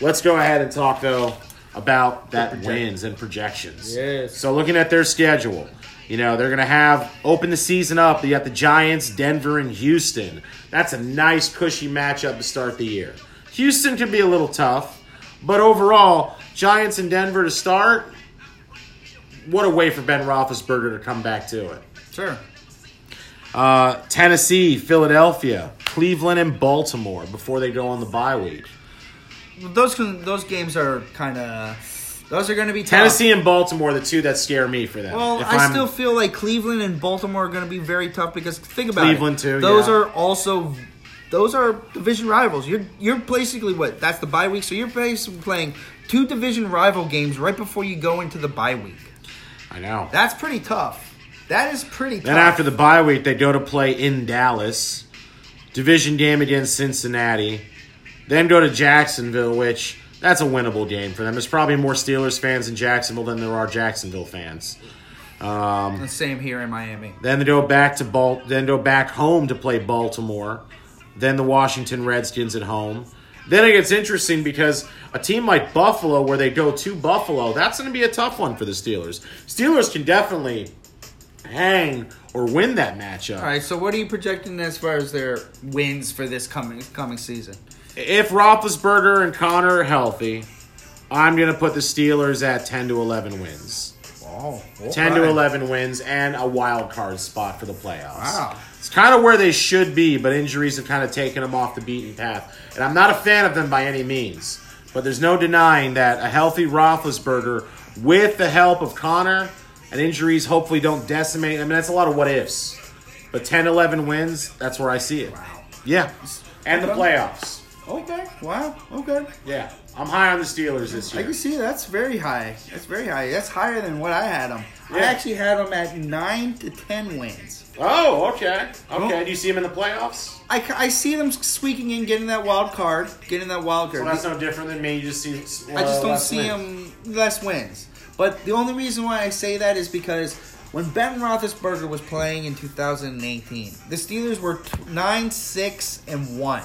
A: Let's go ahead and talk, though, about that wins and projections.
B: Yes.
A: So looking at their schedule, you know, they're going to have open the season up. You got the Giants, Denver, and Houston. That's a nice, cushy matchup to start the year. Houston can be a little tough, but overall, Giants and Denver to start. What a way for Ben Roethlisberger to come back to it.
B: Sure.
A: Uh, Tennessee, Philadelphia, Cleveland, and Baltimore before they go on the bye week.
B: Those can, those games are kind of those are going to be tough.
A: Tennessee and Baltimore, are the two that scare me for them.
B: Well,
A: If
B: I
A: I'm-
B: still feel like Cleveland and Baltimore are going to be very tough because think about
A: Cleveland
B: it.
A: too,
B: Those
A: yeah.
B: are also those are division rivals. You're you're basically what that's the bye week, so you're basically playing two division rival games right before you go into the bye week.
A: I know.
B: That's pretty tough. That is pretty tough.
A: Then after the bye week, they go to play in Dallas, division game against Cincinnati, then go to Jacksonville, which that's a winnable game for them. There's probably more Steelers fans in Jacksonville than there are Jacksonville fans.
B: the same here in Miami.
A: Then they go back to Bal- then go back home to play Baltimore, then the Washington Redskins at home. Then it gets interesting because a team like Buffalo, where they go to Buffalo, that's going to be a tough one for the Steelers. Steelers can definitely hang or win that matchup.
B: All right, so what are you projecting as far as their wins for this coming coming season?
A: If Roethlisberger and Connor are healthy, I'm going to put the Steelers at 10 to 11 wins.
B: Wow,
A: 10 to 11 wins and a wild card spot for the playoffs.
B: Wow.
A: It's kind of where they should be, but injuries have kind of taken them off the beaten path. And I'm not a fan of them by any means. But there's no denying that a healthy Roethlisberger, with the help of Connor, and injuries hopefully don't decimate. I mean, that's a lot of what ifs. But 10 11 wins, that's where I see it. Yeah. And the playoffs.
B: Okay, wow, okay.
A: Yeah. I'm high on the Steelers this
B: I
A: year.
B: can see that's very high. That's very high. That's higher than what I had them. I
A: Yeah.
B: actually had them at nine to ten wins.
A: Oh, okay. Okay. Do you see them in the playoffs?
B: I, ca- I see them squeaking in, getting that wild card, getting that wild card.
A: Well, that's no different than me. You just see. uh,
B: I just don't see
A: them.
B: him less wins. But the only reason why I say that is because when Ben Roethlisberger was playing in 2018, the Steelers were t- nine, six, and one.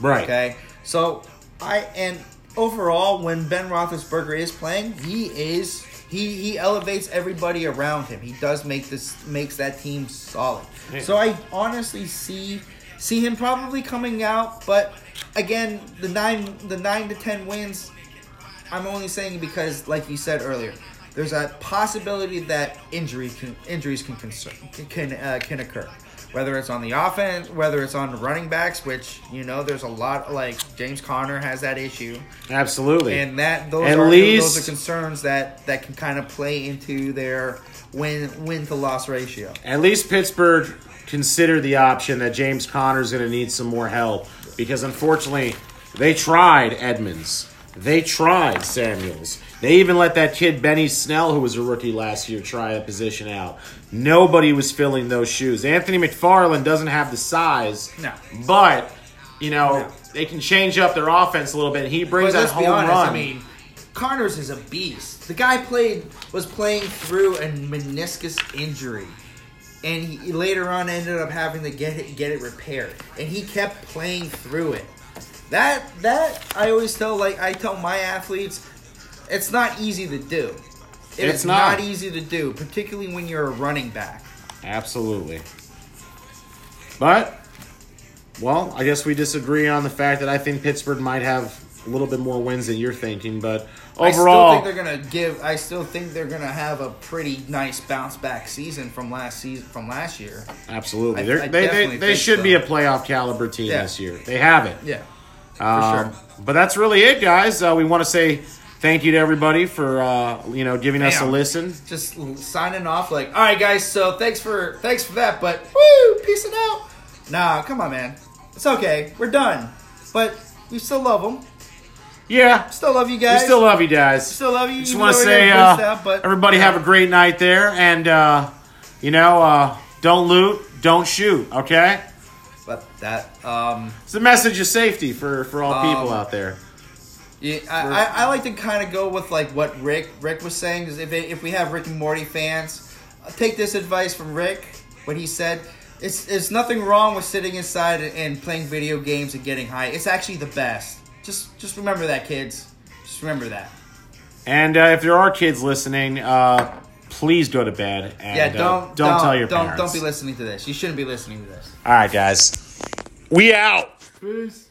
A: Right.
B: Okay, so I and overall, when Ben Roethlisberger is playing, he is he he elevates everybody around him. He does make this makes that team solid.
A: Yeah.
B: So I honestly see see him probably coming out, but again, the nine the nine to ten wins. I'm only saying because, like you said earlier, there's a possibility that injury can, injuries can concern, can uh, can occur. Whether it's on the offense, whether it's on the running backs, which you know, there's a lot like James Conner has that issue,
A: Absolutely.
B: and that those
A: At
B: are
A: least-
B: those are concerns that that can kind of play into their win win to loss ratio.
A: At least Pittsburgh considered the option that James Conner's going to need some more help because unfortunately they tried Edmonds. They tried Samuels. They even let that kid Benny Snell, who was a rookie last year, try a position out. Nobody was filling those shoes. Anthony McFarland doesn't have the size.
B: No.
A: But, you know, they can change up their offense a little bit. He brings
B: But
A: that
B: let's
A: home
B: be honest.
A: run.
B: I mean, Connors is a beast. The guy played was playing through a meniscus injury, and he later on ended up having to get it get it repaired. And he kept playing through it. That that I always tell like I tell my athletes, it's not easy to do. It
A: It's
B: is not.
A: not.
B: easy to do, particularly when you're a running back.
A: Absolutely. But, well, I guess we disagree on the fact that I think Pittsburgh might have a little bit more wins than you're thinking. But
B: I
A: overall,
B: still think they're gonna give. I still think they're gonna have a pretty nice bounce back season from last season from last year.
A: absolutely,
B: I-
A: They're-
B: I
A: they they,
B: definitely
A: they
B: think
A: should
B: so.
A: be a playoff caliber team
B: Yeah.
A: this year. They have it.
B: Yeah, for
A: Um, But that's really it, guys. Uh, we want to say thank you to everybody for uh, you know giving us a
B: Damn.
A: listen.
B: just l- signing off like all right guys so thanks for thanks for that but woo peace it out nah come on man it's okay we're done but we still love them
A: Yeah,
B: still love you
A: we
B: guys
A: still love you guys.
B: still love you
A: just
B: even
A: want to
B: though we
A: say
B: didn't
A: uh,
B: voice that, but
A: everybody have a great night there, and uh, you know uh, don't loot, don't shoot. Okay.
B: but that um
A: It's a message of safety for, for all people
B: Um,
A: out there.
B: yeah, I, I, I like to kind of go with like what Rick Rick was saying is if it, if we have Rick and Morty fans, uh, take this advice from Rick what he said. It's it's nothing wrong with sitting inside and- and playing video games and getting high. It's actually the best. Just just remember that, kids. Just remember that.
A: And uh, if there are kids listening, uh, please go to bed. And,
B: Yeah,
A: uh,
B: don't,
A: don't
B: don't
A: tell your
B: don't,
A: parents.
B: Don't be listening to this. You shouldn't be listening to this.
A: All right, guys, we out.
B: Peace.